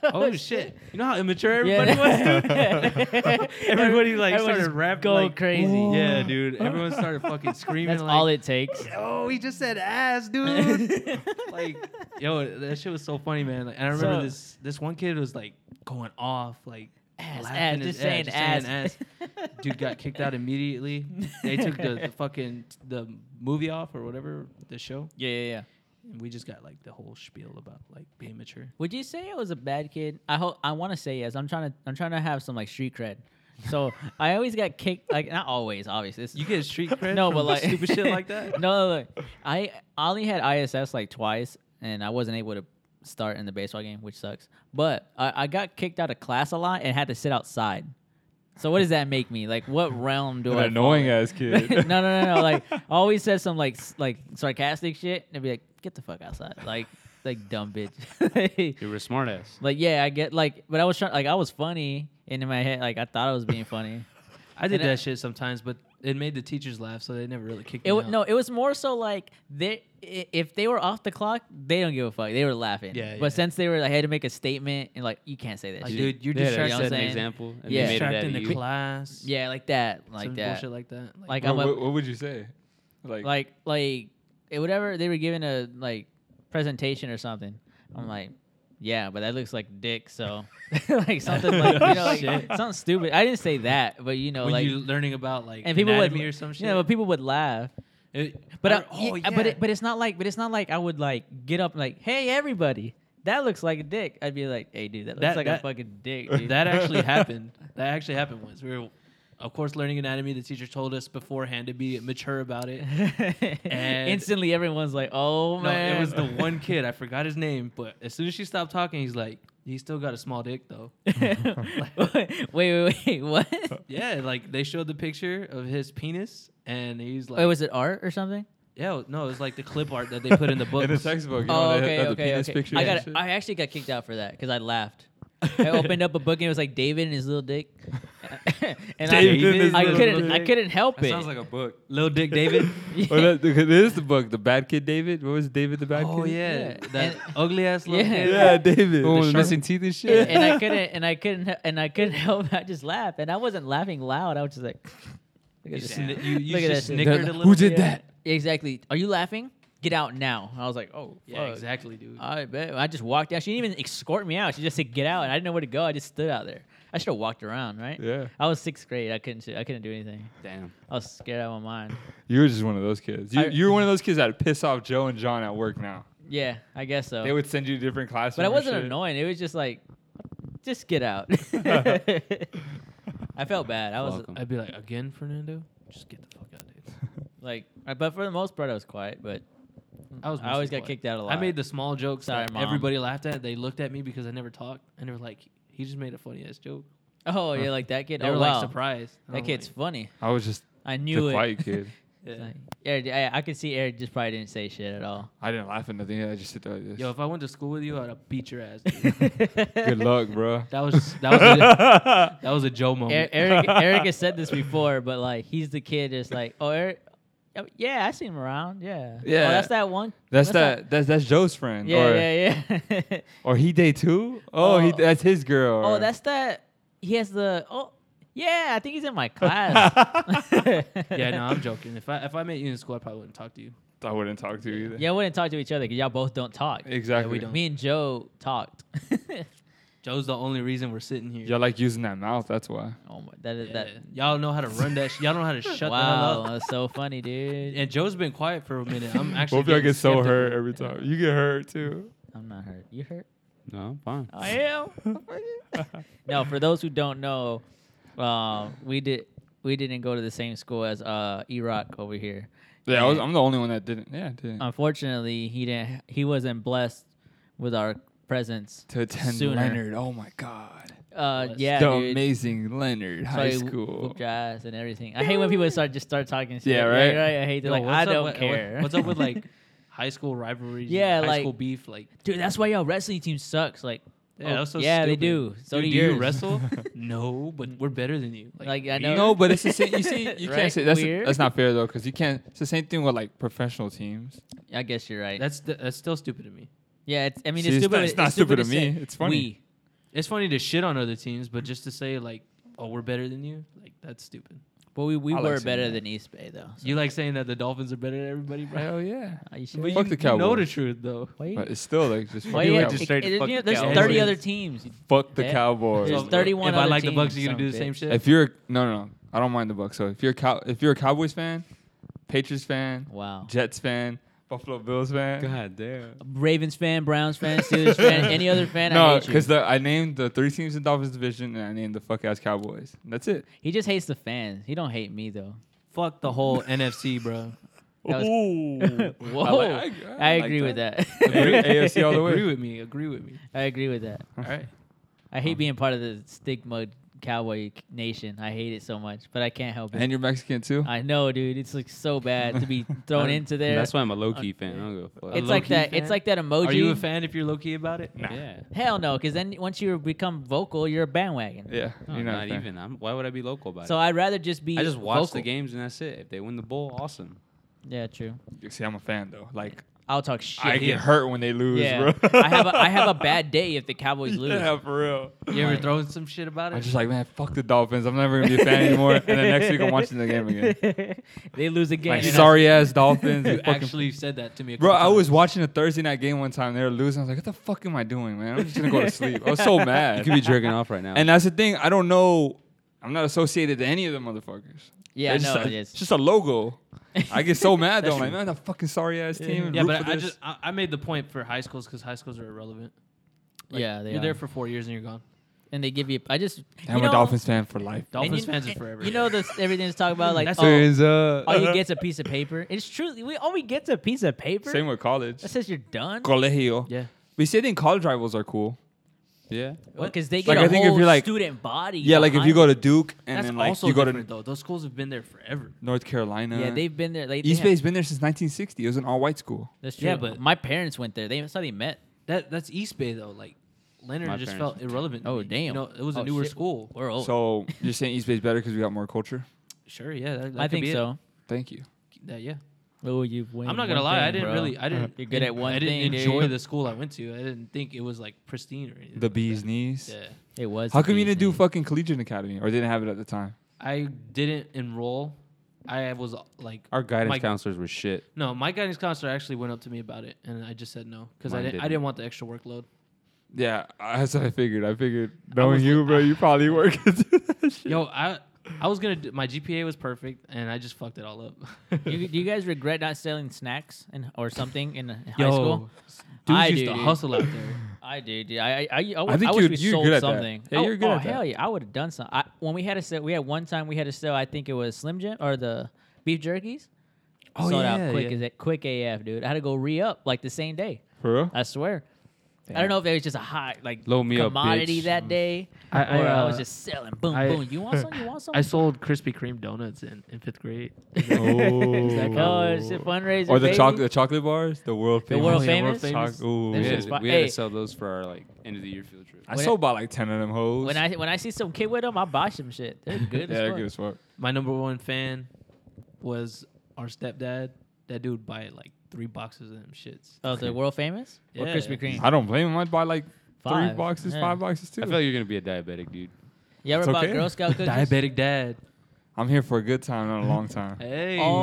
S2: oh shit! You know how immature everybody was, dude. Everybody like
S3: Everyone
S2: started
S3: just
S2: rap
S3: go
S2: like,
S3: crazy.
S2: Yeah, dude. Everyone started fucking screaming.
S3: That's
S2: like,
S3: all it takes.
S2: Oh, he just said ass, dude. like, yo, that shit was so funny, man. Like, and I remember
S3: So-
S2: this this one kid was like going off, like
S3: Ass,
S2: laughing
S3: ass,
S2: his-
S3: just
S2: yeah,
S3: saying ass.
S2: ass. Dude got kicked out immediately. They took the, the fucking the movie off or whatever the show,
S3: Yeah, yeah, yeah.
S2: and we just got like the whole spiel about like being mature.
S3: Would you say I was a bad kid? I hope I want to say yes. I'm trying to I'm trying to have some like street cred. So I always got kicked like not always, obviously. This is-
S2: You get street cred?
S3: no,
S2: from
S3: but like
S2: stupid shit like that.
S3: no, look, I I only had ISS like twice, and I wasn't able to start in the baseball game, which sucks. But I, I got kicked out of class a lot and had to sit outside. So what does that make me? Like, what realm do
S4: An
S3: I?
S4: annoying ass
S3: no,
S4: kid.
S3: no, no, no. Like, I always said some like s- like sarcastic shit, and I'd be like, "Get the fuck outside!" Like, like dumb bitch.
S5: You were a smart ass.
S3: Like yeah, I get like, but I was trying like I was funny and in my head, like I thought I was being funny.
S2: I did
S3: And I-
S2: that shit sometimes, but it made the teachers laugh, so they never really kicked
S3: It
S2: me
S3: wa-
S2: out.
S3: no, it was more so like they i- if they were off the clock, they don't give a fuck. They were laughing.
S2: Yeah,
S3: But
S2: yeah.
S3: since they were, like, had to make a statement and like you can't say that.
S2: Like,
S3: shit.
S2: dude, you're
S5: They had
S3: just
S5: a-
S3: trying to
S5: set an
S3: say-
S5: example, and
S3: Yeah.
S5: they made it out
S2: distracting
S5: of
S2: the
S5: you.
S2: class.
S3: yeah, like that, like
S2: some
S3: that,
S2: bullshit like that.
S3: like
S4: What,
S3: I'm
S4: what,
S3: a,
S4: what would you say? Like,
S3: like like eh, whatever they were giving a like presentation or something. I'm like. Yeah, but that looks like dick. So, like something like you know, like,
S2: Shit.
S3: something stupid. I didn't say that, but you know,
S2: when
S3: like
S2: you learning about like
S3: and people would
S2: anatomy or some shit.
S3: Yeah, but people would laugh.
S2: It-
S3: But
S2: I- Oh,
S3: I,
S4: oh,
S3: yeah, but it, but it's not like but it's not like I would like get up and like hey everybody that looks like a dick I'd be like hey dude that looks
S2: That-
S3: like
S2: that-
S3: a fucking dick dude.
S2: that actually happened. That actually happened once. We were, of course, learning anatomy. The teacher told us beforehand to be mature about it. And-
S3: instantly everyone's like oh
S2: No,
S3: man
S2: it was the one kid. I forgot his name, but as soon as she stopped talking, he's like, "He still got a small dick, though."
S3: wait wait wait what
S2: Yeah, like they showed the picture of his penis, and he's like,
S3: wait was Oh, it art or something
S2: "Yeah, no, it was like the clip art that they put in the book."
S4: in the textbook, you
S3: oh
S4: know, they
S3: okay
S4: had the
S3: okay
S4: penis
S3: okay
S4: picture.
S3: I
S4: and
S3: got
S4: shit.
S3: I actually got kicked out for that because I laughed I opened up a book and it was like David and his little dick and I,
S4: David and his
S3: I
S4: little
S3: couldn't I
S2: dick.
S3: couldn't help
S4: That
S3: it
S4: sounds like a book.
S2: Little Dick David.
S4: Oh, that, okay, this is the book, the bad kid David. What was David the bad
S2: oh
S4: kid?
S2: yeah,
S3: Yeah.
S2: that
S3: And-
S2: ugly ass little
S3: Yeah.
S2: kid.
S4: yeah, David.
S5: Oh,
S4: The
S5: the
S4: shark.
S5: missing teeth and shit.
S3: and, and I couldn't and I couldn't he- and I couldn't help. I just laughed, and I wasn't laughing loud. I was just like, look
S2: You,
S3: at this.
S2: sn- you, you
S3: Look at
S2: just
S3: that.
S2: snickered a
S4: Who
S2: little.
S4: did
S2: bit.
S4: that?
S3: exactly. Are you laughing? Get out now. I was like, oh,
S2: Yeah,
S3: fuck.
S2: exactly, dude.
S3: I bet. I just walked out. She didn't even escort me out. She just said, get out, and I didn't know where to go. I just stood out there. I should have walked around, right?
S4: Yeah.
S3: I was sixth grade. I couldn't. I couldn't do anything.
S5: Damn.
S3: I was scared out of my mind.
S4: You were just one of those kids. You,
S3: I-
S4: you were one of those kids that would piss off Joe and John at work now.
S3: Yeah, I guess so.
S4: They would send you to different classrooms.
S3: but I wasn't
S4: and shit.
S3: annoying. It was just like, just get out. I felt bad. I was
S5: Welcome.
S2: Um, I'd be like, again, Fernando? Just get the fuck out, dude.
S3: like, I- but for the most part, I was quiet. But
S2: I was.
S3: I
S2: mostly
S3: always got
S2: quiet.
S3: kicked out a lot.
S2: I made the small jokes
S3: Sorry,
S2: that
S3: Mom.
S2: everybody laughed at. They looked at me because I never talked, and they were like, "He just made a funny ass joke."
S3: Oh, yeah, like that kid.
S2: They
S3: oh,
S2: were
S3: wow.
S2: like surprised. And
S3: That
S2: I'm
S3: kid's
S2: like,
S3: funny.
S4: I was just
S3: I
S4: the
S3: knew it.
S4: quiet kid.
S2: yeah.
S3: Like, Eric, I, I could see Eric just probably didn't say shit at all.
S4: I didn't laugh at nothing. I just sit there like this.
S2: Yo, if I went to school with you, I'd have beat your ass. Dude.
S4: Good luck, bro.
S2: that was that was a, that was a Joe moment.
S3: Er- Eric, Eric has said this before, but like he's the kid that's like, oh, Eric, oh, yeah, I seen him around. Yeah.
S4: Yeah.
S3: Oh, that's that one.
S4: That's
S3: that-
S4: that. That's that's Joe's friend.
S3: Yeah,
S4: or,
S3: yeah, yeah.
S4: or he day two. Oh,
S3: Oh.
S4: he that's his girl.
S3: oh,
S4: or-
S3: that's that. He has the. Oh, yeah, I think he's in my class.
S2: yeah, no, I'm joking. If I if I met you in school, I probably wouldn't talk to you.
S4: I wouldn't talk to you either.
S3: Yeah, we wouldn't talk to each other because y'all both don't talk.
S4: exactly.
S2: don't.
S3: Me and Joe talked.
S2: Joe's the only reason we're sitting here.
S4: Y'all like using that mouth. That's why.
S3: Oh my, that is
S2: Yeah.
S3: that.
S2: Y'all know how to run that. Sh- y'all know how to shut the
S3: wow,
S2: hell up.
S3: that's so funny, dude.
S2: And Joe's been quiet for a minute. I'm actually.
S4: Both y'all
S2: getting
S4: get so
S2: skeptical.
S4: hurt every time. You get hurt too.
S3: I'm not hurt. You hurt?
S5: No, I'm fine.
S3: I am. no, for those who don't know, uh, we did we didn't go to the same school as uh, Iraq over here.
S4: Yeah, I was, I'm the only one that didn't. Yeah,
S3: Um,
S4: didn't.
S3: Unfortunately, he didn't. He wasn't blessed with our presence.
S4: to attend
S3: sooner.
S4: Leonard. Oh my God.
S3: Uh,
S2: Blessed.
S3: yeah,
S4: the
S3: dude.
S4: amazing Leonard
S3: So
S4: High
S3: he wh-
S4: School.
S3: whooped your ass and everything. I hate when people start just start talking shit.
S4: Yeah,
S3: Like,
S4: right?
S3: I hate
S2: Yo,
S3: that. Like
S2: what's
S3: I
S2: up
S3: don't
S2: with- what-
S3: care.
S2: What's up with like high school rivalries?
S3: Yeah,
S2: Yeah, high
S3: like-
S2: school beef. Like,
S3: dude? That's why y'all wrestling team sucks. Like,
S2: yeah, that was so
S3: oh, yeah,
S2: stupid.
S3: they do. So
S2: Dude,
S3: do,
S2: do you
S3: yours.
S2: wrestle? no, but we're better than you.
S3: Like, I
S2: we-
S3: know-
S4: No, but it's the same. You see, you
S3: Right?
S4: can't say that's
S3: Weird.
S4: that's not fair though, because you can't. It's the same thing with like professional teams.
S3: I guess you're right.
S2: That's th- that's still stupid to me.
S3: yeah, it's, I mean,
S4: See,
S3: it's
S4: it's
S3: stupid.
S4: not- it's not stupid to me.
S3: say
S4: It's funny.
S3: we.
S2: It's funny to shit on other teams, but just to say like, oh, we're better than you, like that's stupid.
S3: But we, we
S4: I like
S3: were
S4: seeing
S3: better
S4: that.
S3: than East Bay though. So.
S2: You like saying that the Dolphins are better than everybody, bro?
S4: Hell yeah.
S3: Are you sure?
S2: But
S4: Fuck
S2: you,
S4: the
S2: you know the
S4: Cowboys.
S2: truth though.
S3: Wait.
S4: But it's still like just fuck,
S3: Wait,
S4: the,
S3: yeah,
S5: went
S4: Cow-
S5: just
S3: it-
S5: straight
S3: it-
S5: fuck
S3: you know,
S5: the
S3: there's
S5: Cowboys.
S3: 30 other teams.
S4: fuck the
S3: Yeah.
S4: Cowboys.
S3: There's 31
S2: If I
S3: other
S2: like the
S3: teams,
S2: Bucks, you
S3: son
S2: gonna do
S3: of
S2: the
S3: a
S2: same
S3: bitch.
S2: shit?
S4: If you're no no no, I don't mind the Bucks. So if you're a cow, if you're a Cowboys fan, Patriots fan,
S3: Wow.
S4: Jets fan, Buffalo Bills fan.
S5: God damn.
S3: Ravens fan, Browns fan, Steelers fan, any other fan. I
S4: No,
S3: hate you.
S4: because I named the three teams in Dolphins division, and I named the fuck ass Cowboys. That's it.
S3: he just hates the fans. He don't hate me though.
S2: Fuck the whole NFC, bro.
S3: That was-
S4: Ooh.
S3: Whoa,
S4: I
S3: Oh, I,
S4: like- I- I like
S3: agree with that.
S4: Agree- AFC all the
S2: Agree
S4: way.
S2: with me. Agree with me.
S3: I agree with that.
S2: All right.
S3: I
S4: Um,
S3: hate being part of the stigma cowboy c- nation. I hate it so much, but I can't help it.
S4: And you're Mexican too.
S3: I know, dude. It's like so bad to be thrown into there.
S5: That's why I'm a low key fan. I don't give a fuck.
S3: it's like
S2: low-key
S3: that.
S2: fan?
S3: It's like that emoji.
S2: Are you a fan if you're low key about it?
S5: Yeah.
S3: Hell no, because then once you become vocal, you're a bandwagon.
S4: Yeah,
S5: No,
S4: you're not,
S5: not
S4: a fan.
S5: even. I'm, why would I be local about
S3: So I'd rather just be.
S5: it? I just watch
S3: vocal.
S5: the games and that's it. If they win the bowl, awesome.
S3: Yeah, true.
S4: You see, I'm a fan though. Like
S3: I'll talk shit.
S4: I get hurt when they lose,
S3: yeah.
S4: bro.
S3: I have a, I have a bad day if the Cowboys lose.
S4: yeah, for real.
S2: You ever throw some shit about it?
S4: I'm just like, man, fuck the Dolphins. I'm never gonna be a fan anymore. And then next week, I'm watching the game again.
S3: they lose again.
S4: Like
S3: and
S4: sorry ass Dolphins. you
S2: you
S4: fucking-
S2: actually said that to me. a
S4: Bro,
S2: couple
S4: I was
S2: times.
S4: watching a Thursday night game one time. They were losing. I was like, "What the fuck am I doing, man? I'm just gonna go to sleep." I was so
S5: You
S4: mad.
S5: could be jerking off right now.
S4: and that's the thing. I don't know. I'm not associated to any of the motherfuckers.
S3: Yeah,
S4: it's
S3: no,
S4: just a,
S3: it is.
S4: it's just a logo. I get so mad though. I'm like, man, that fucking sorry ass team. and
S2: Yeah,
S4: root
S2: but
S4: for
S2: I
S4: this."
S2: just I, I made the point for high schools because high schools are irrelevant. Like,
S3: Yeah, they
S2: you're
S3: are.
S2: there for four years and you're gone.
S3: and they give you. I just.
S4: I'm
S3: you know,
S4: a Dolphins fan for life.
S3: and
S2: Dolphins
S3: you-
S2: fans are
S3: and
S2: forever.
S3: You know this everything's talking about like
S2: That's
S3: oh,
S4: up.
S3: all you get's a piece of paper. It's truly we all we get's a piece of paper.
S4: Same with college.
S3: that says you're done.
S4: Colegio.
S2: yeah.
S4: We say I think college rivals are cool.
S5: yeah.
S3: Because they get
S4: Like,
S3: a
S4: I think if
S3: whole
S4: you're, like-
S3: student body.
S4: Yeah, like if you
S3: behind
S4: go
S3: it.
S4: to Duke and
S2: That's
S4: then like
S2: also
S4: you go to
S2: different though. Those schools have been there forever.
S4: North Carolina.
S3: yeah, they've been there. Like, they
S4: Uh-huh. East
S3: have-
S4: Bay's been there since 1960. It was an all-white school.
S3: That's true.
S2: Yeah, but-
S3: my parents went there. They that's how they met.
S2: That that's East Bay though. Like Leonard
S5: My
S2: just
S5: parents-
S2: felt irrelevant. to
S3: Oh,
S2: me. You
S3: damn.
S2: know, it was
S3: Oh,
S2: a newer
S3: shit.
S2: school.
S3: We're old.
S4: So you're saying East Bay's better because we got more culture?
S2: Sure, yeah. That, that
S3: I
S2: could
S3: think
S2: be it.
S3: so.
S4: Thank you.
S2: That- yeah.
S3: Oh, you've won.
S2: I'm not gonna
S3: one
S2: lie. I
S3: thing,
S2: didn't
S3: bro.
S2: really. I didn't.
S3: You're good at one
S2: I didn't
S3: thing,
S2: enjoy
S3: dude.
S2: the school I went to. I didn't think it was like pristine or anything.
S4: The bee's knees.
S2: Yeah.
S3: It was.
S4: How come you didn't do
S3: amazing.
S4: fucking collegiate academy or didn't have it at the time?
S2: I didn't enroll. I was uh, like
S5: Our guidance
S2: My-
S5: counselors were shit.
S2: No, my guidance counselor actually went up to me about it, and I just said no because I
S5: Mine
S2: didn't, I
S5: didn't.
S2: didn't want the extra workload.
S4: Yeah, I- that's what I figured. I "Ah." figured knowing
S2: was
S4: you, bro, you probably working through that shit.
S2: Yo, I I was gonna do, my GPA was perfect, and I just fucked it all up.
S3: You, do you guys regret not selling snacks and or something in high school?
S2: dudes
S3: I
S2: used
S3: do,
S2: to
S3: dude.
S2: hustle out there.
S3: I do. Dude. I I I, I, w-
S4: I think
S3: I wish we
S4: you're- you're
S3: sold
S4: good at that.
S3: something.
S4: Yeah,
S3: oh,
S4: you're good
S3: oh,
S4: at that.
S3: hell yeah! I would have done something. I, when we had a sale, we had one time we had a sale. I think it was Slim Jim or the beef jerkies.
S2: Oh,
S3: sold
S2: yeah,
S3: out quick
S2: yeah.
S3: as a, quick AF, dude. I had to go re up like the same day.
S4: For real?
S3: I swear. I don't know if it was just a hot like
S5: Load me up,
S3: commodity
S5: bitch.
S3: that day,
S2: I- I,
S3: or I
S2: uh,
S3: was just selling. Boom,
S2: I-
S3: boom. You want some? You want some?
S2: I sold Krispy Kreme donuts in, in fifth grade.
S3: oh, it's a fundraiser.
S4: Or the
S3: baby.
S4: chocolate, the chocolate bars, the world
S3: The
S4: famous.
S3: world
S2: Oh, yeah,
S3: famous.
S4: Choc- ooh.
S5: We
S3: Them
S5: had,
S3: shit's
S5: to-
S3: fi-
S5: we had
S3: Hey.
S5: to sell those for our like end of the year field trip.
S4: I
S3: When
S4: sold by like ten of them hoes.
S3: When I when I see some kid with them, I buy some shit. They're
S4: yeah,
S3: good.
S4: they're good
S3: as
S4: as fuck.
S2: My number one fan was our stepdad. That dude buy like three boxes of them shits.
S3: fuck. Oh, the world famous or
S2: Yeah.
S3: Krispy Kreme.
S4: I don't blame them. I'd buy like three
S3: Five,
S4: boxes,
S3: yeah.
S4: five boxes too.
S5: I feel like you're gonna be a diabetic, dude.
S3: You ever
S4: It's
S3: bought
S4: okay.
S3: Girl Scout cookies?
S2: Diabetic dad.
S4: I'm here for a good time, not a long time.
S2: Hey.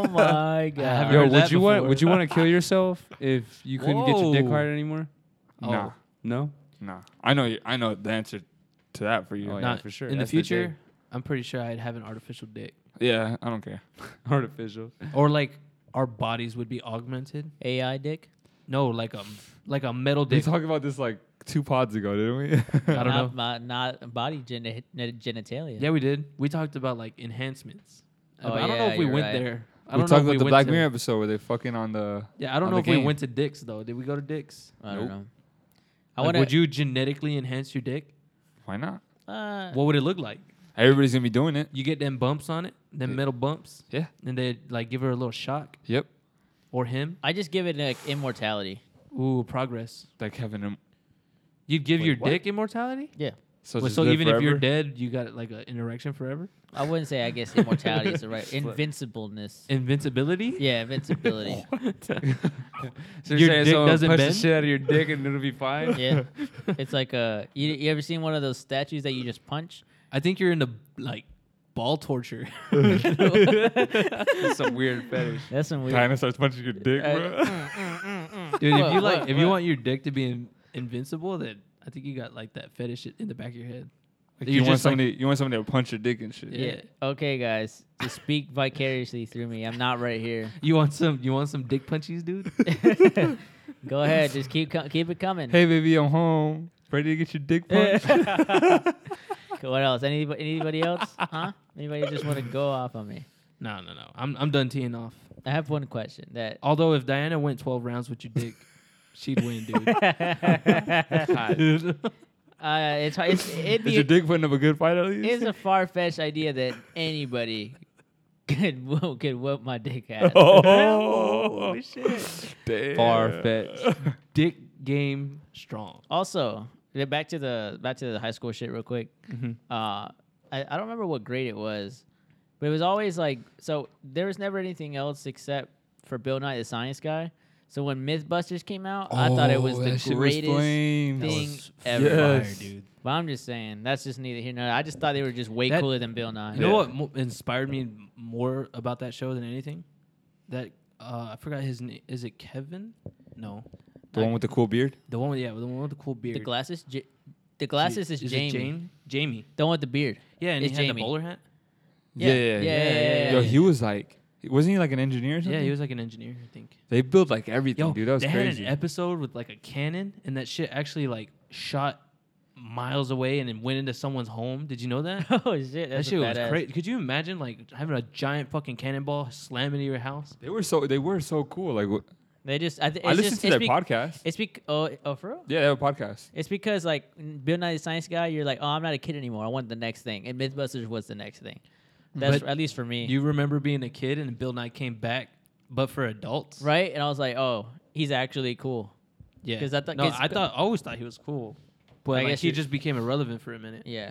S3: Oh my
S2: I
S3: god.
S2: haven't heard that before.
S5: you want to kill yourself if you
S2: Whoa.
S5: anymore?
S2: Oh.
S4: Nah.
S5: No.
S4: Nah, I know. You, I know the answer to that for you.
S5: Oh, yeah,
S2: Not
S5: for sure.
S2: In the
S5: That's the
S2: future,
S5: dick.
S2: I'm pretty sure I'd have an artificial dick,
S4: yeah, I don't care.
S5: Artificial.
S2: or like our bodies would be augmented.
S3: AI dick.
S2: No, like a like a metal
S4: We
S2: dick.
S4: talked about this like two pods ago, didn't we?
S2: I don't know.
S3: not, know. not body geni- ne- genitalia.
S2: Yeah, we did. We talked about like enhancements.
S3: Oh,
S2: But I don't know
S3: yeah,
S2: if we
S3: you're
S2: went
S3: right.
S2: there. I
S4: we
S2: don't
S4: talked
S2: know if
S4: about
S2: we
S4: the
S2: went
S4: Black
S2: to-
S4: Mirror episode where they fucking on the.
S2: Yeah, I don't
S4: on
S2: know
S4: the
S2: if we
S4: game.
S2: went to dicks though. Did we go to dicks?
S3: I don't
S4: Nope.
S3: know. I
S2: Like,
S3: want
S2: would you genetically enhance your dick?
S4: Why not?
S3: Uh,
S2: What would it look like?
S4: Everybody's gonna be doing it.
S2: You get them bumps on it, them
S4: Yeah.
S2: metal bumps,
S4: Yeah.
S2: and they like give her a little shock
S4: Yep.
S2: or him.
S3: I just give it like immortality.
S2: Ooh, progress.
S4: Like having them.
S2: You'd give
S4: Wait,
S2: your
S4: what?
S2: dick immortality.
S3: Yeah.
S4: So,
S2: Well,
S4: just
S2: so
S4: live
S2: even if you're
S4: forever?
S2: dead, you got like a, an erection forever.
S3: I wouldn't say I guess immortality is the right invincibleness.
S2: Invincibility.
S3: Yeah, invincibility.
S5: So
S2: Your
S5: you're saying
S2: dick
S5: someone
S2: doesn't
S5: punch
S2: bend?
S5: the shit out of your dick and it'll be fine?
S3: yeah, it's like uh, you, you ever seen one of those statues that you just punch?
S2: I think you're into like ball torture.
S5: That's some weird fetish.
S3: That's some weird.
S4: Diana starts punching your dick,
S2: uh,
S4: bro.
S2: Dude, if you
S3: What,
S2: like,
S3: what,
S2: if you
S3: what?
S2: want your dick to be in, invincible, then I think you got like that fetish in the back of your head.
S4: Like,
S2: You're
S4: you want
S2: just like-
S4: somebody. you want somebody to punch your dick and shit.
S2: Yeah.
S3: Okay, guys, just speak vicariously through me. I'm not right here.
S2: You want some? You want some dick punchies, dude?
S3: Go ahead, just keep co- keep it coming.
S4: Hey baby, I'm home. Ready to get your dick punched?
S3: What else? Anybody, anybody else? Huh? Anybody just want to go off on me?
S2: no, no, no. I'm I'm done teeing off.
S3: I have one question that
S2: Although if Diana went 12 rounds with your dick, she'd win, dude.
S3: uh, it's, hard- it's it'd
S4: Is
S3: be
S4: your dick putting up a good fight at
S3: it's
S4: least?
S3: a far fetched idea that anybody could whoop, could whoop my dick ass.
S4: Oh, shit.
S5: Far fetched.
S2: dick game strong.
S3: Also, yeah, back to the back to the high school shit real quick.
S4: Mm-hmm.
S3: Uh, I, I don't remember what grade it was, but it was always like so. There was never anything else except for Bill Nye the Science Guy. So when MythBusters came out, I thought it was
S4: Oh,
S3: the
S4: that shit was
S3: greatest
S4: flame. That
S3: thing
S2: was
S3: ever.
S4: Yes.
S2: dude.
S3: But I'm just saying that's just neither here nor there. I just thought they were just way
S2: That-
S3: cooler than Bill Nye.
S2: You know what mo- inspired me more about that show than anything? That uh, I forgot his name. Is it Kevin? No,
S4: The one with the cool beard.
S2: the one with yeah, the one with the cool beard.
S3: The glasses, J- the glasses is,
S2: it
S3: Jamie.
S2: Jane? Jamie.
S3: Don't want the beard.
S2: Yeah, and
S3: It's
S2: he had
S3: Jamie.
S2: the bowler hat.
S3: Yeah, yeah, yeah, yeah,
S4: Yo,
S3: yeah.
S4: he was like, wasn't he like an engineer or something?
S2: Yeah, he was like an engineer, I think.
S4: They build like everything,
S2: Yo,
S4: dude. That was
S2: they
S4: crazy.
S2: had an episode with like a cannon, and that shit actually like shot miles away and then went into someone's home. Did you know that?
S3: Oh
S2: that
S3: shit, that's
S2: shit was
S3: crazy.
S2: crazy. Could you imagine like having a giant fucking cannonball slam into your house?
S4: they were so they were so cool. Like wh-
S3: They just I, th-
S4: I
S3: it's
S4: listened
S3: just,
S4: to
S3: it's
S4: their
S3: bec-
S4: podcast.
S3: It's because oh, oh for real.
S4: Yeah, they have a podcast.
S3: It's because like n- Bill Nye the Science Guy, you're like, oh, I'm not a kid anymore. I want the next thing, and MythBusters was the next thing. That's
S2: But
S3: at least for me,
S2: You remember being a kid and Bill Nye came back, but for adults,
S3: right? And I was like, oh, he's actually cool.
S2: Yeah,
S3: 'Cause I thought-
S2: no,
S3: 'cause-
S2: I thought I always thought he was cool, but
S3: I
S2: like,
S3: guess
S2: he
S3: you-
S2: just became irrelevant for a minute.
S3: Yeah,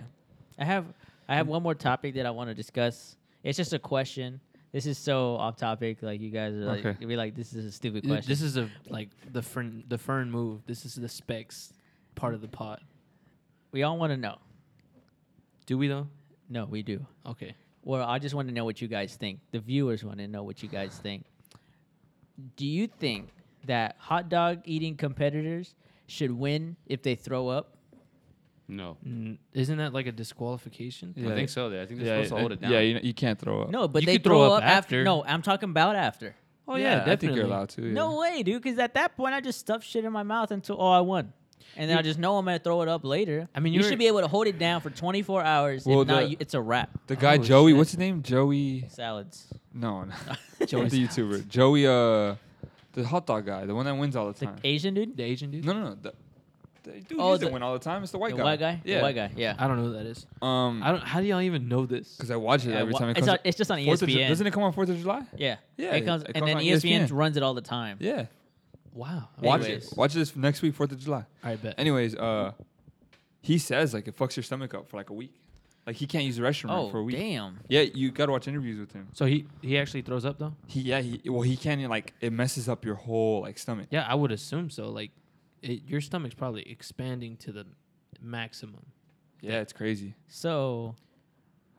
S3: I have I
S2: Mm.
S3: have one more topic that I want to discuss. It's just a question. This is so off topic. Like you guys are like,
S4: Okay.
S3: you'll be like, this is a stupid
S2: Th-
S3: question.
S2: This is a like the fern the fern move. This is the specs part of the pot.
S3: we all want to know.
S2: Do we though?
S3: No, we do.
S2: Okay.
S3: Well, I just want to know what you guys think. The viewers want to know what you guys think. Do you think that hot dog eating competitors should win if they throw up?
S5: No.
S2: N- Isn't that like a disqualification?
S4: Yeah.
S5: I think so. Though. I think they're
S4: yeah,
S5: supposed to hold it down.
S4: yeah, you, know, you can't throw up.
S3: No, but
S2: You
S3: they
S2: could throw up after.
S3: No, I'm talking about after.
S2: Oh
S4: I think you're allowed to. Yeah.
S3: No way, dude. Because at that point, I just stuff shit in my mouth until oh, I won, and then I just know I'm gonna throw it up later.
S2: I mean,
S3: you
S2: you're-
S3: should be able to hold it down for 24 hours.
S4: Well,
S3: if not,
S4: the-
S3: you, it's a wrap.
S4: The guy
S2: Oh,
S4: Joey,
S2: shit.
S4: what's his name? Joey.
S3: Salads.
S4: No, no. Joey the YouTuber. Joey, uh, the hot dog guy, the one that wins all the
S3: The
S4: time.
S3: Asian dude,
S2: The Asian dude?
S4: no, no, no. The, the dude
S3: Oh,
S4: oh, doesn't
S3: the-
S4: win all the time. It's the
S3: the
S4: white guy.
S3: white guy,
S4: Yeah.
S3: the white guy. Yeah,
S2: I don't know who that is.
S4: Um,
S2: I don't. How do y'all even know this?
S4: because I watch it
S3: Yeah,
S4: every
S3: wha-
S4: time it
S3: it's
S4: comes.
S3: on- it's just on E
S4: Fourth of Ju-
S3: ESPN.
S4: Doesn't it come on Fourth of July?
S3: yeah,
S4: Yeah,
S3: It comes,
S4: it
S3: and
S4: comes
S3: then E
S4: on E
S3: ESPN,
S4: ESPN.
S3: runs it all the time.
S4: Yeah.
S2: Wow.
S4: Watch
S3: Anyways.
S4: it. Watch this next week, Fourth of July.
S2: I bet.
S4: Anyways, uh, he says like it fucks your stomach up for like a week. Like he can't use the restroom
S3: Oh,
S4: for a week.
S3: damn.
S4: Yeah, you gotta watch interviews with him.
S2: so he he actually throws up though.
S4: He yeah, he well he can't like it messes up your whole like stomach.
S2: Yeah, I would assume so. Like, it, your stomach's probably expanding to the maximum.
S4: Yeah, it's crazy.
S3: So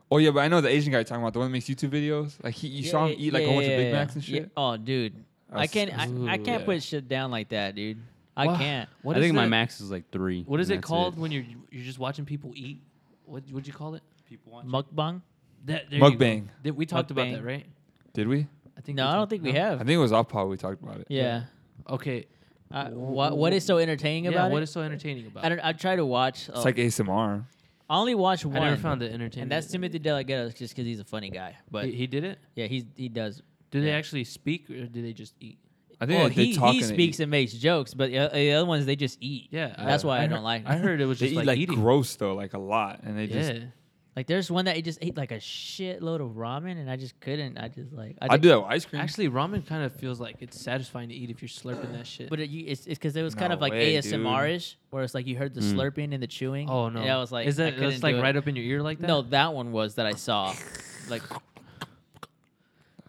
S4: Oh yeah, but I know the Asian guy you're talking about, the one that makes YouTube videos. Like he, you saw him eat like a whole bunch of Big Macs and shit.
S3: Oh, dude, I
S4: That's-
S3: can't, I, I
S2: Ooh,
S3: can't
S4: yeah.
S3: put shit down like that, dude. I I
S2: Wow.
S3: can't.
S2: What
S5: I
S2: is
S5: think my
S2: that-
S5: max is like three.
S2: What is
S5: and
S2: it
S5: that's
S2: called when you're you're just watching people eat? What would you call it? People watching.
S3: Mukbang?
S2: That, there you go.
S4: Mukbang.
S2: Did- we talked about that,
S3: Mukbang.
S2: right?
S4: Did we?
S2: I think
S3: No, I don't
S2: talked-
S3: think we
S2: no?
S4: I
S3: have.
S4: think it was off pod we talked about it.
S3: Yeah.
S2: Okay.
S3: Uh, what What is so entertaining
S2: Yeah.
S3: about
S2: What
S3: it?
S2: is so entertaining about?
S3: I
S2: it?
S3: don't. I try to watch. uh,
S4: It's like ASMR.
S3: I only watch
S2: I
S3: one.
S2: never found it entertaining.
S3: And that's Timothy Delgado, just because he's a funny guy. But
S2: he, he did it.
S3: yeah, he he does.
S2: Do they
S3: Yeah.
S2: actually speak or do they just eat?
S4: I think
S3: Well,
S4: they, they
S3: he,
S4: talk
S3: he
S4: and they
S3: speaks
S4: eat.
S3: and makes jokes, but the o- the other ones they just eat.
S2: Yeah,
S3: that's why I, don't
S2: heard-
S3: like.
S2: I heard it was
S4: They
S2: just
S4: eat
S2: like,
S4: like,
S2: eating.
S4: gross though, like a lot, and they just.
S2: yeah.
S3: Like there's one that he just ate like a shitload of ramen, and I just couldn't. I just like
S4: I
S3: did-
S4: do that with ice cream.
S2: Actually, ramen kind of feels like it's satisfying to eat if you're slurping that shit.
S3: But it, you, it's because it was kind
S4: No
S3: of like
S4: way, Mm.
S3: ASMR ish, where it's like you heard the slurping and the chewing.
S2: oh no,
S3: and I was like,
S2: is
S3: I
S2: that
S3: couldn't
S2: that's like
S3: do it.
S2: right up in your ear like that?
S3: No, that one was that I saw. Like,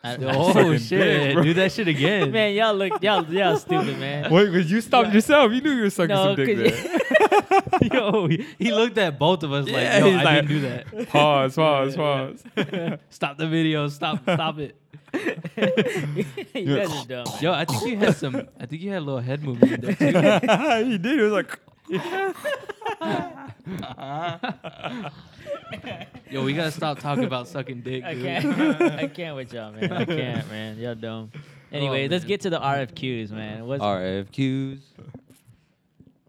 S3: I,
S2: Oh
S4: big,
S2: shit!
S4: bro.
S2: Do that shit again,
S3: man, y'all look, y'all, y'all stupid, man.
S4: Wait, because you stopped yourself. You knew you were sucking
S3: No,
S4: some dick
S3: 'cause-
S4: there.
S2: Yo, he he looked at both of us like,
S4: Yeah,
S2: yo,
S4: he's
S2: I didn't
S4: like-
S2: do that.
S4: pause, pause, pause.
S2: Stop the video. Stop. Stop it.
S3: you guys are dumb.
S2: Yo, I think you had some. I think you had a little head movement. in There too.
S4: he did. It was like.
S2: Yo, we gotta stop talking about sucking dick.
S3: I
S2: dude.
S3: can't, I can't with y'all, man. I can't, man. Y'all dumb. Anyway,
S2: Oh,
S3: let's
S2: man.
S3: get to the RFQs, man. What's
S5: RFQs.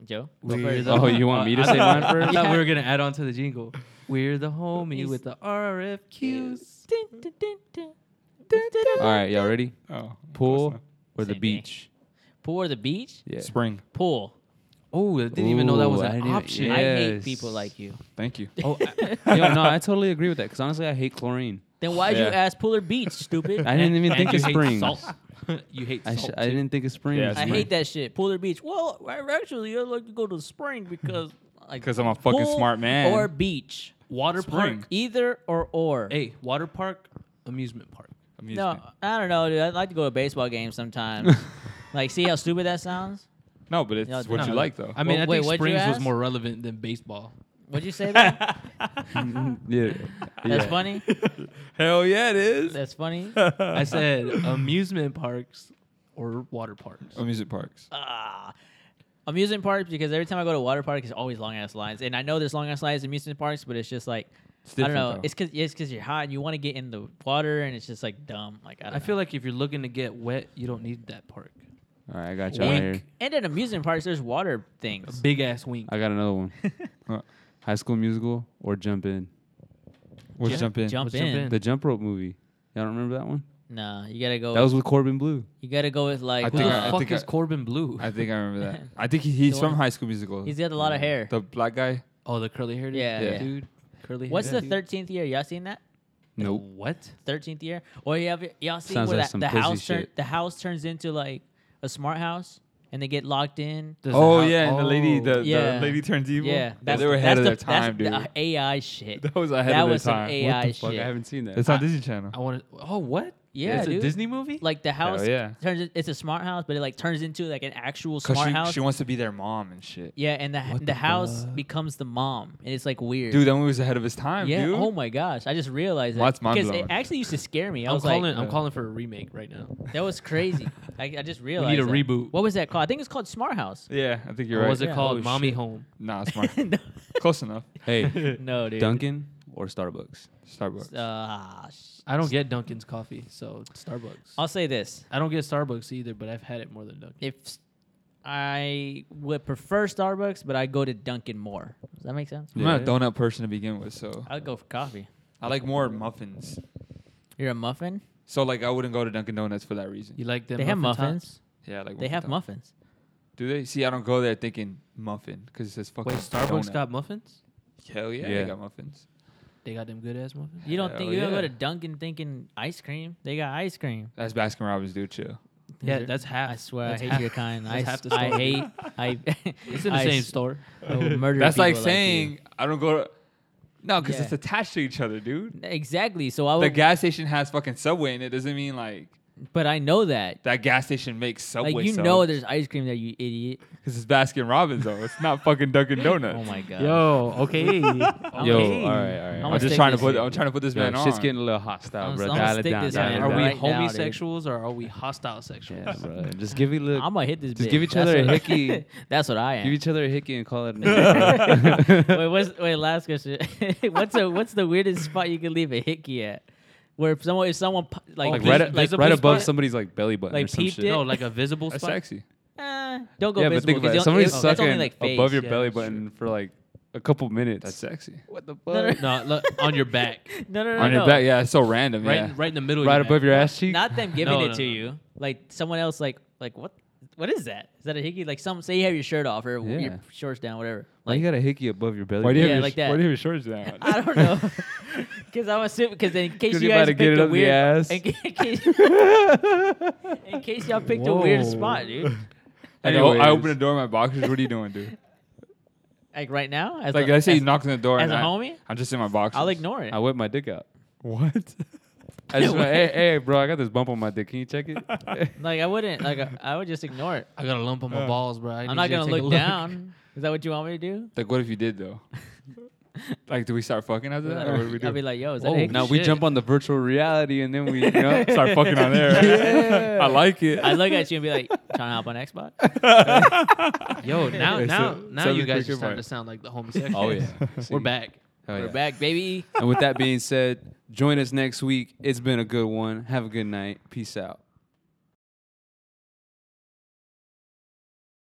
S3: Joe?
S2: We're the
S5: Oh, you want me to say mine
S2: I
S5: first?
S2: thought we were gonna add on to the jingle. We're the homie with the RFQs.
S3: Uh,
S5: All right, y'all ready?
S4: Oh,
S5: Pool or the
S3: Same thing.
S5: beach?
S3: Pool or the beach?
S5: Yeah.
S4: Spring.
S3: Pool.
S2: Oh, I didn't even know that was
S5: Ooh, I
S2: an
S5: didn't even-
S2: option.
S3: I hate
S5: Yes.
S3: people like you.
S4: Thank you.
S5: Oh, I, yo, no, I totally agree with that. Cause honestly, I hate chlorine.
S3: Then why'd you
S4: Yeah.
S3: ask pool or beach, stupid?
S5: I didn't even
S2: And
S5: think
S2: you
S5: of
S2: hate
S5: spring.
S2: salt. you hate
S5: I,
S2: salt.
S5: sh- I
S2: too.
S5: didn't think of spring.
S4: Yeah,
S3: I
S4: Spring.
S3: hate that shit. Pool or beach? Well, I actually, I'd like to go to the spring because like
S4: 'Cause I'm a fucking
S3: pool
S4: smart man.
S3: Or beach,
S2: Water
S4: Spring.
S2: park.
S3: either or or.
S2: Hey, water park, amusement park.
S4: Amusement.
S3: no, uh, I don't know, dude. I'd like to go to a baseball game sometimes. like, see how stupid that sounds?
S4: No, but it's
S3: Yeah,
S4: what
S3: no.
S4: you like though.
S2: I mean,
S3: Well,
S2: I
S3: wait,
S2: think
S3: what'd you
S2: Springs was
S3: ask?
S2: more relevant than baseball.
S3: Would you say that?
S5: Yeah.
S3: That's funny.
S4: Hell yeah, it is.
S3: That's funny.
S2: I said amusement parks or water parks.
S4: Amusement Oh, parks.
S3: Ah. Amusement parks because every time I go to water park, it's always long ass lines, and I know there's long ass lines in amusement parks, but it's just like
S4: It's
S3: I don't know.
S4: different, though.
S3: It's because it's because you're hot and you want to get in the water, and it's just like dumb. Like I, don't
S2: I feel like if you're looking to get wet, you don't need that park.
S5: All right, I got you
S3: know.
S5: right
S3: and,
S5: here.
S3: and at amusement parks, there's water things.
S2: Big ass wing.
S5: I got another one. High School Musical or Jump In.
S4: We'll
S2: Yeah.
S4: jump in.
S3: Jump
S2: Let's jump
S3: in.
S2: in.
S5: The Jump Rope movie. Y'all don't remember that one?
S3: Nah, you gotta go.
S5: That was with Corbin Blue.
S3: you gotta go with like.
S4: I
S2: Who
S4: think
S2: the
S4: I- I
S2: fuck
S4: think
S2: is
S4: I-
S2: Corbin Blue?
S4: I think I remember that. I think he, he's
S3: The
S4: from
S3: one-
S4: High School Musical.
S3: he's got a lot of hair.
S4: the black guy.
S2: oh, the curly haired
S3: Yeah,
S4: Yeah. yeah.
S2: dude. Curly
S3: What's the
S2: haired dude.
S3: thirteenth year? Y'all seen that?
S5: Nope.
S2: What?
S3: Thirteenth year? Or you have y'all seen
S5: Sounds
S3: where
S5: like
S3: that,
S5: some
S3: the
S5: pussy
S3: house turn,
S5: shit.
S3: the house turns into like a smart house, and they get locked in.
S2: Does the
S4: Oh
S2: house-
S4: yeah, and the lady, the,
S3: Yeah.
S4: the lady turns evil.
S3: Yeah, that's
S4: they were ahead of
S3: that's
S4: their
S3: the, that's
S4: time,
S3: the
S4: dude.
S3: AI shit.
S4: That was ahead
S3: that
S4: of their
S3: was some
S4: time.
S3: AI
S4: what the fuck?
S5: I
S3: shit.
S5: haven't seen that.
S4: It's on Disney Channel.
S2: I want to. Oh, what?
S3: Yeah,
S2: it's
S3: dude.
S2: a Disney movie.
S3: like the house
S4: yeah.
S3: turns it- it's a smart house, but it like turns into like an actual
S4: Cause
S3: smart
S4: she,
S3: house.
S4: she wants to be their mom and shit.
S3: yeah, and the the, house becomes the mom, and it's like weird.
S4: Dude, that one was ahead of his time,
S3: yeah.
S4: dude.
S3: Oh my gosh, I just realized
S4: Well,
S3: that
S4: that's mind
S3: because it
S4: blowing.
S3: actually used to scare me. I
S2: I'm
S3: was
S2: calling.
S3: like,
S4: uh,
S2: I'm calling for a remake right now.
S3: that was crazy. I, I just
S2: a
S3: realized. that.
S2: reboot.
S3: What was that called? I think it's called Smart House.
S4: Yeah, I think you're
S2: What
S4: right.
S2: was it
S4: Yeah.
S2: called?
S3: Oh,
S4: Holy
S2: Mommy
S4: shit.
S2: Home.
S4: Nah, smart.
S3: no,
S4: Close enough.
S5: Hey,
S3: no, dude.
S5: Dunkin' or Starbucks?
S4: Starbucks.
S3: Ah, sh-
S2: I don't get Dunkin's coffee, so Starbucks.
S3: I'll say this:
S2: I don't get Starbucks either, but I've had it more than Dunkin'.
S3: if s- I would prefer Starbucks, but I go to Dunkin' more. Does that make sense?
S4: I'm not a donut person to begin with, so
S3: I'd go for coffee.
S4: I like more muffins.
S3: You're a muffin.
S4: So like I wouldn't go to Dunkin' Donuts for that reason.
S2: You like them?
S3: they have
S2: muffin
S3: muffins.
S2: tops?
S4: Yeah, I like
S3: They have
S4: top.
S3: muffins.
S4: Do they? See, I don't go there thinking muffin because it says fucking.
S2: Wait, Starbucks
S4: donut.
S2: got muffins?
S4: hell yeah,
S5: Yeah.
S4: they got muffins.
S2: They got them good ass muffins.
S3: You don't think
S4: Hell
S3: you don't go
S4: yeah.
S3: to Dunkin' thinking ice cream? They got ice cream.
S4: That's Baskin Robbins, dude. Chill.
S2: Yeah,
S3: These are-
S2: that's half.
S3: I swear,
S2: That's
S3: I hate
S2: half-
S3: your kind.
S2: that's
S3: I,
S2: half
S3: s-
S2: the
S3: I
S2: story.
S3: hate. I.
S2: It's in the
S3: I
S2: same
S3: s-
S2: store.
S3: I will murder
S4: That's like
S3: people you.
S4: saying I don't go. to... No, because
S3: Yeah.
S4: it's attached to each other, dude.
S3: exactly. So I
S4: The
S3: would.
S4: gas station has fucking Subway in it. Doesn't mean like
S3: But I know that.
S4: That gas station makes Subway
S3: Like you know, there's ice cream there, you idiot.
S4: Because it's Baskin Robbins, though. It's not fucking Dunkin' Donuts.
S3: Oh my god.
S2: Yo, okay.
S5: Yo, all
S2: Okay.
S5: right, all right.
S3: I'ma
S4: I'm just
S3: stick
S4: trying to
S3: this
S4: put.
S3: shit.
S4: I'm trying to put this
S5: Yo,
S4: man on.
S5: shit's getting a little hostile,
S3: I'm-
S5: bro.
S3: I'm
S5: Dial it
S3: stick
S5: down.
S3: this
S5: dial
S3: man
S5: it
S2: Are
S5: down.
S2: we
S3: right now, dude.
S2: homosexuals or are we hostile sexuals?
S5: Yeah, bro. Just give it a little.
S3: I'm gonna hit this.
S5: Just
S3: bitch.
S5: give each other a
S3: That's what-
S5: hickey.
S3: That's what I am.
S5: Give each other a hickey and call it. a night, bro.
S3: wait, what's, wait, last question. what's a, what's the weirdest spot you can leave a hickey at? Where if someone if someone pu- like
S5: like
S3: pees-
S5: right, like,
S3: visible
S5: right above
S3: spot,
S5: somebody's like belly button
S3: Like
S5: or some
S3: peeped
S5: shit.
S3: it?
S2: No, like a visible
S4: That's
S2: spot.
S4: sexy.
S3: eh, don't go
S5: Yeah, but
S3: visible
S5: think about
S3: because
S5: it.
S3: you don't-
S5: Somebody's
S3: it- that's only
S5: sucking
S3: like face.
S4: above your
S2: yeah,
S4: belly
S2: that's true.
S4: button for like a couple minutes.
S5: That's
S4: sexy.
S5: What the fuck?
S2: No,
S3: No, no,
S2: look on your back,
S3: No, no, no,
S4: On your
S3: no.
S4: back, yeah. It's so random,
S2: right,
S4: yeah.
S2: right in the middle. of
S4: Right
S2: your
S4: above
S2: back.
S4: your ass cheek.
S3: Not them giving
S2: No,
S3: it
S2: no,
S3: to
S2: no.
S3: you. Like someone else, like like what what is that? Is that a hickey? Like some say you have your shirt off or
S5: Yeah.
S3: your shorts down, whatever.
S5: Why you got a hickey above your belly?
S4: Why do you
S5: button?
S4: have
S3: Yeah,
S4: your
S3: like
S4: sh-
S3: that.
S4: Why do you have your shorts down?
S3: I don't know. Because I'm assuming, because in case
S4: 'Cause
S3: you
S4: you're about
S3: guys
S4: to
S3: picked
S4: get it
S3: a
S4: up the
S3: weird,
S4: ass.
S3: In, ca- in case, in case y'all picked a weird
S2: Whoa.
S3: spot, dude.
S4: Like, oh, I
S5: Anyways.
S4: open the door, my boxers. What are you doing, dude?
S3: Like right now, as
S4: Like,
S3: a,
S4: let's say
S3: as-
S4: he knocks on the door.
S3: as
S4: and
S3: a
S4: I-
S3: homie?
S4: I'm just in my boxers.
S3: I'll ignore it.
S5: I whip my dick out.
S4: What?
S5: I just went, hey, hey, bro, I got this bump on my dick. Can you check it?
S3: like I wouldn't. Like I, I would just ignore it.
S2: I got a lump on my balls, bro. I
S3: I'm not gonna
S2: to
S3: look, down. Is that what you want me to do?
S4: Like, what if you did though? like, do we start fucking after that, or what do we do?
S3: I'll be like, yo, is that
S5: Oh,
S3: a hickey?
S5: now we
S2: Shit.
S5: jump on the virtual reality and then we you know,
S4: start fucking on there. I like it.
S3: I look at you and be like, trying to hop on Xbox.
S2: Yo, now,
S4: Okay,
S2: now,
S4: so-
S2: now
S4: so
S2: you
S4: the
S2: guys
S4: quicker
S2: are starting
S4: part.
S2: to sound like the homosexuals.
S5: Oh yeah,
S2: we're back.
S5: Oh,
S3: We're
S5: yeah.
S3: back, baby.
S5: And with that being said, join us next week. It's been a good one. Have a good night. Peace out.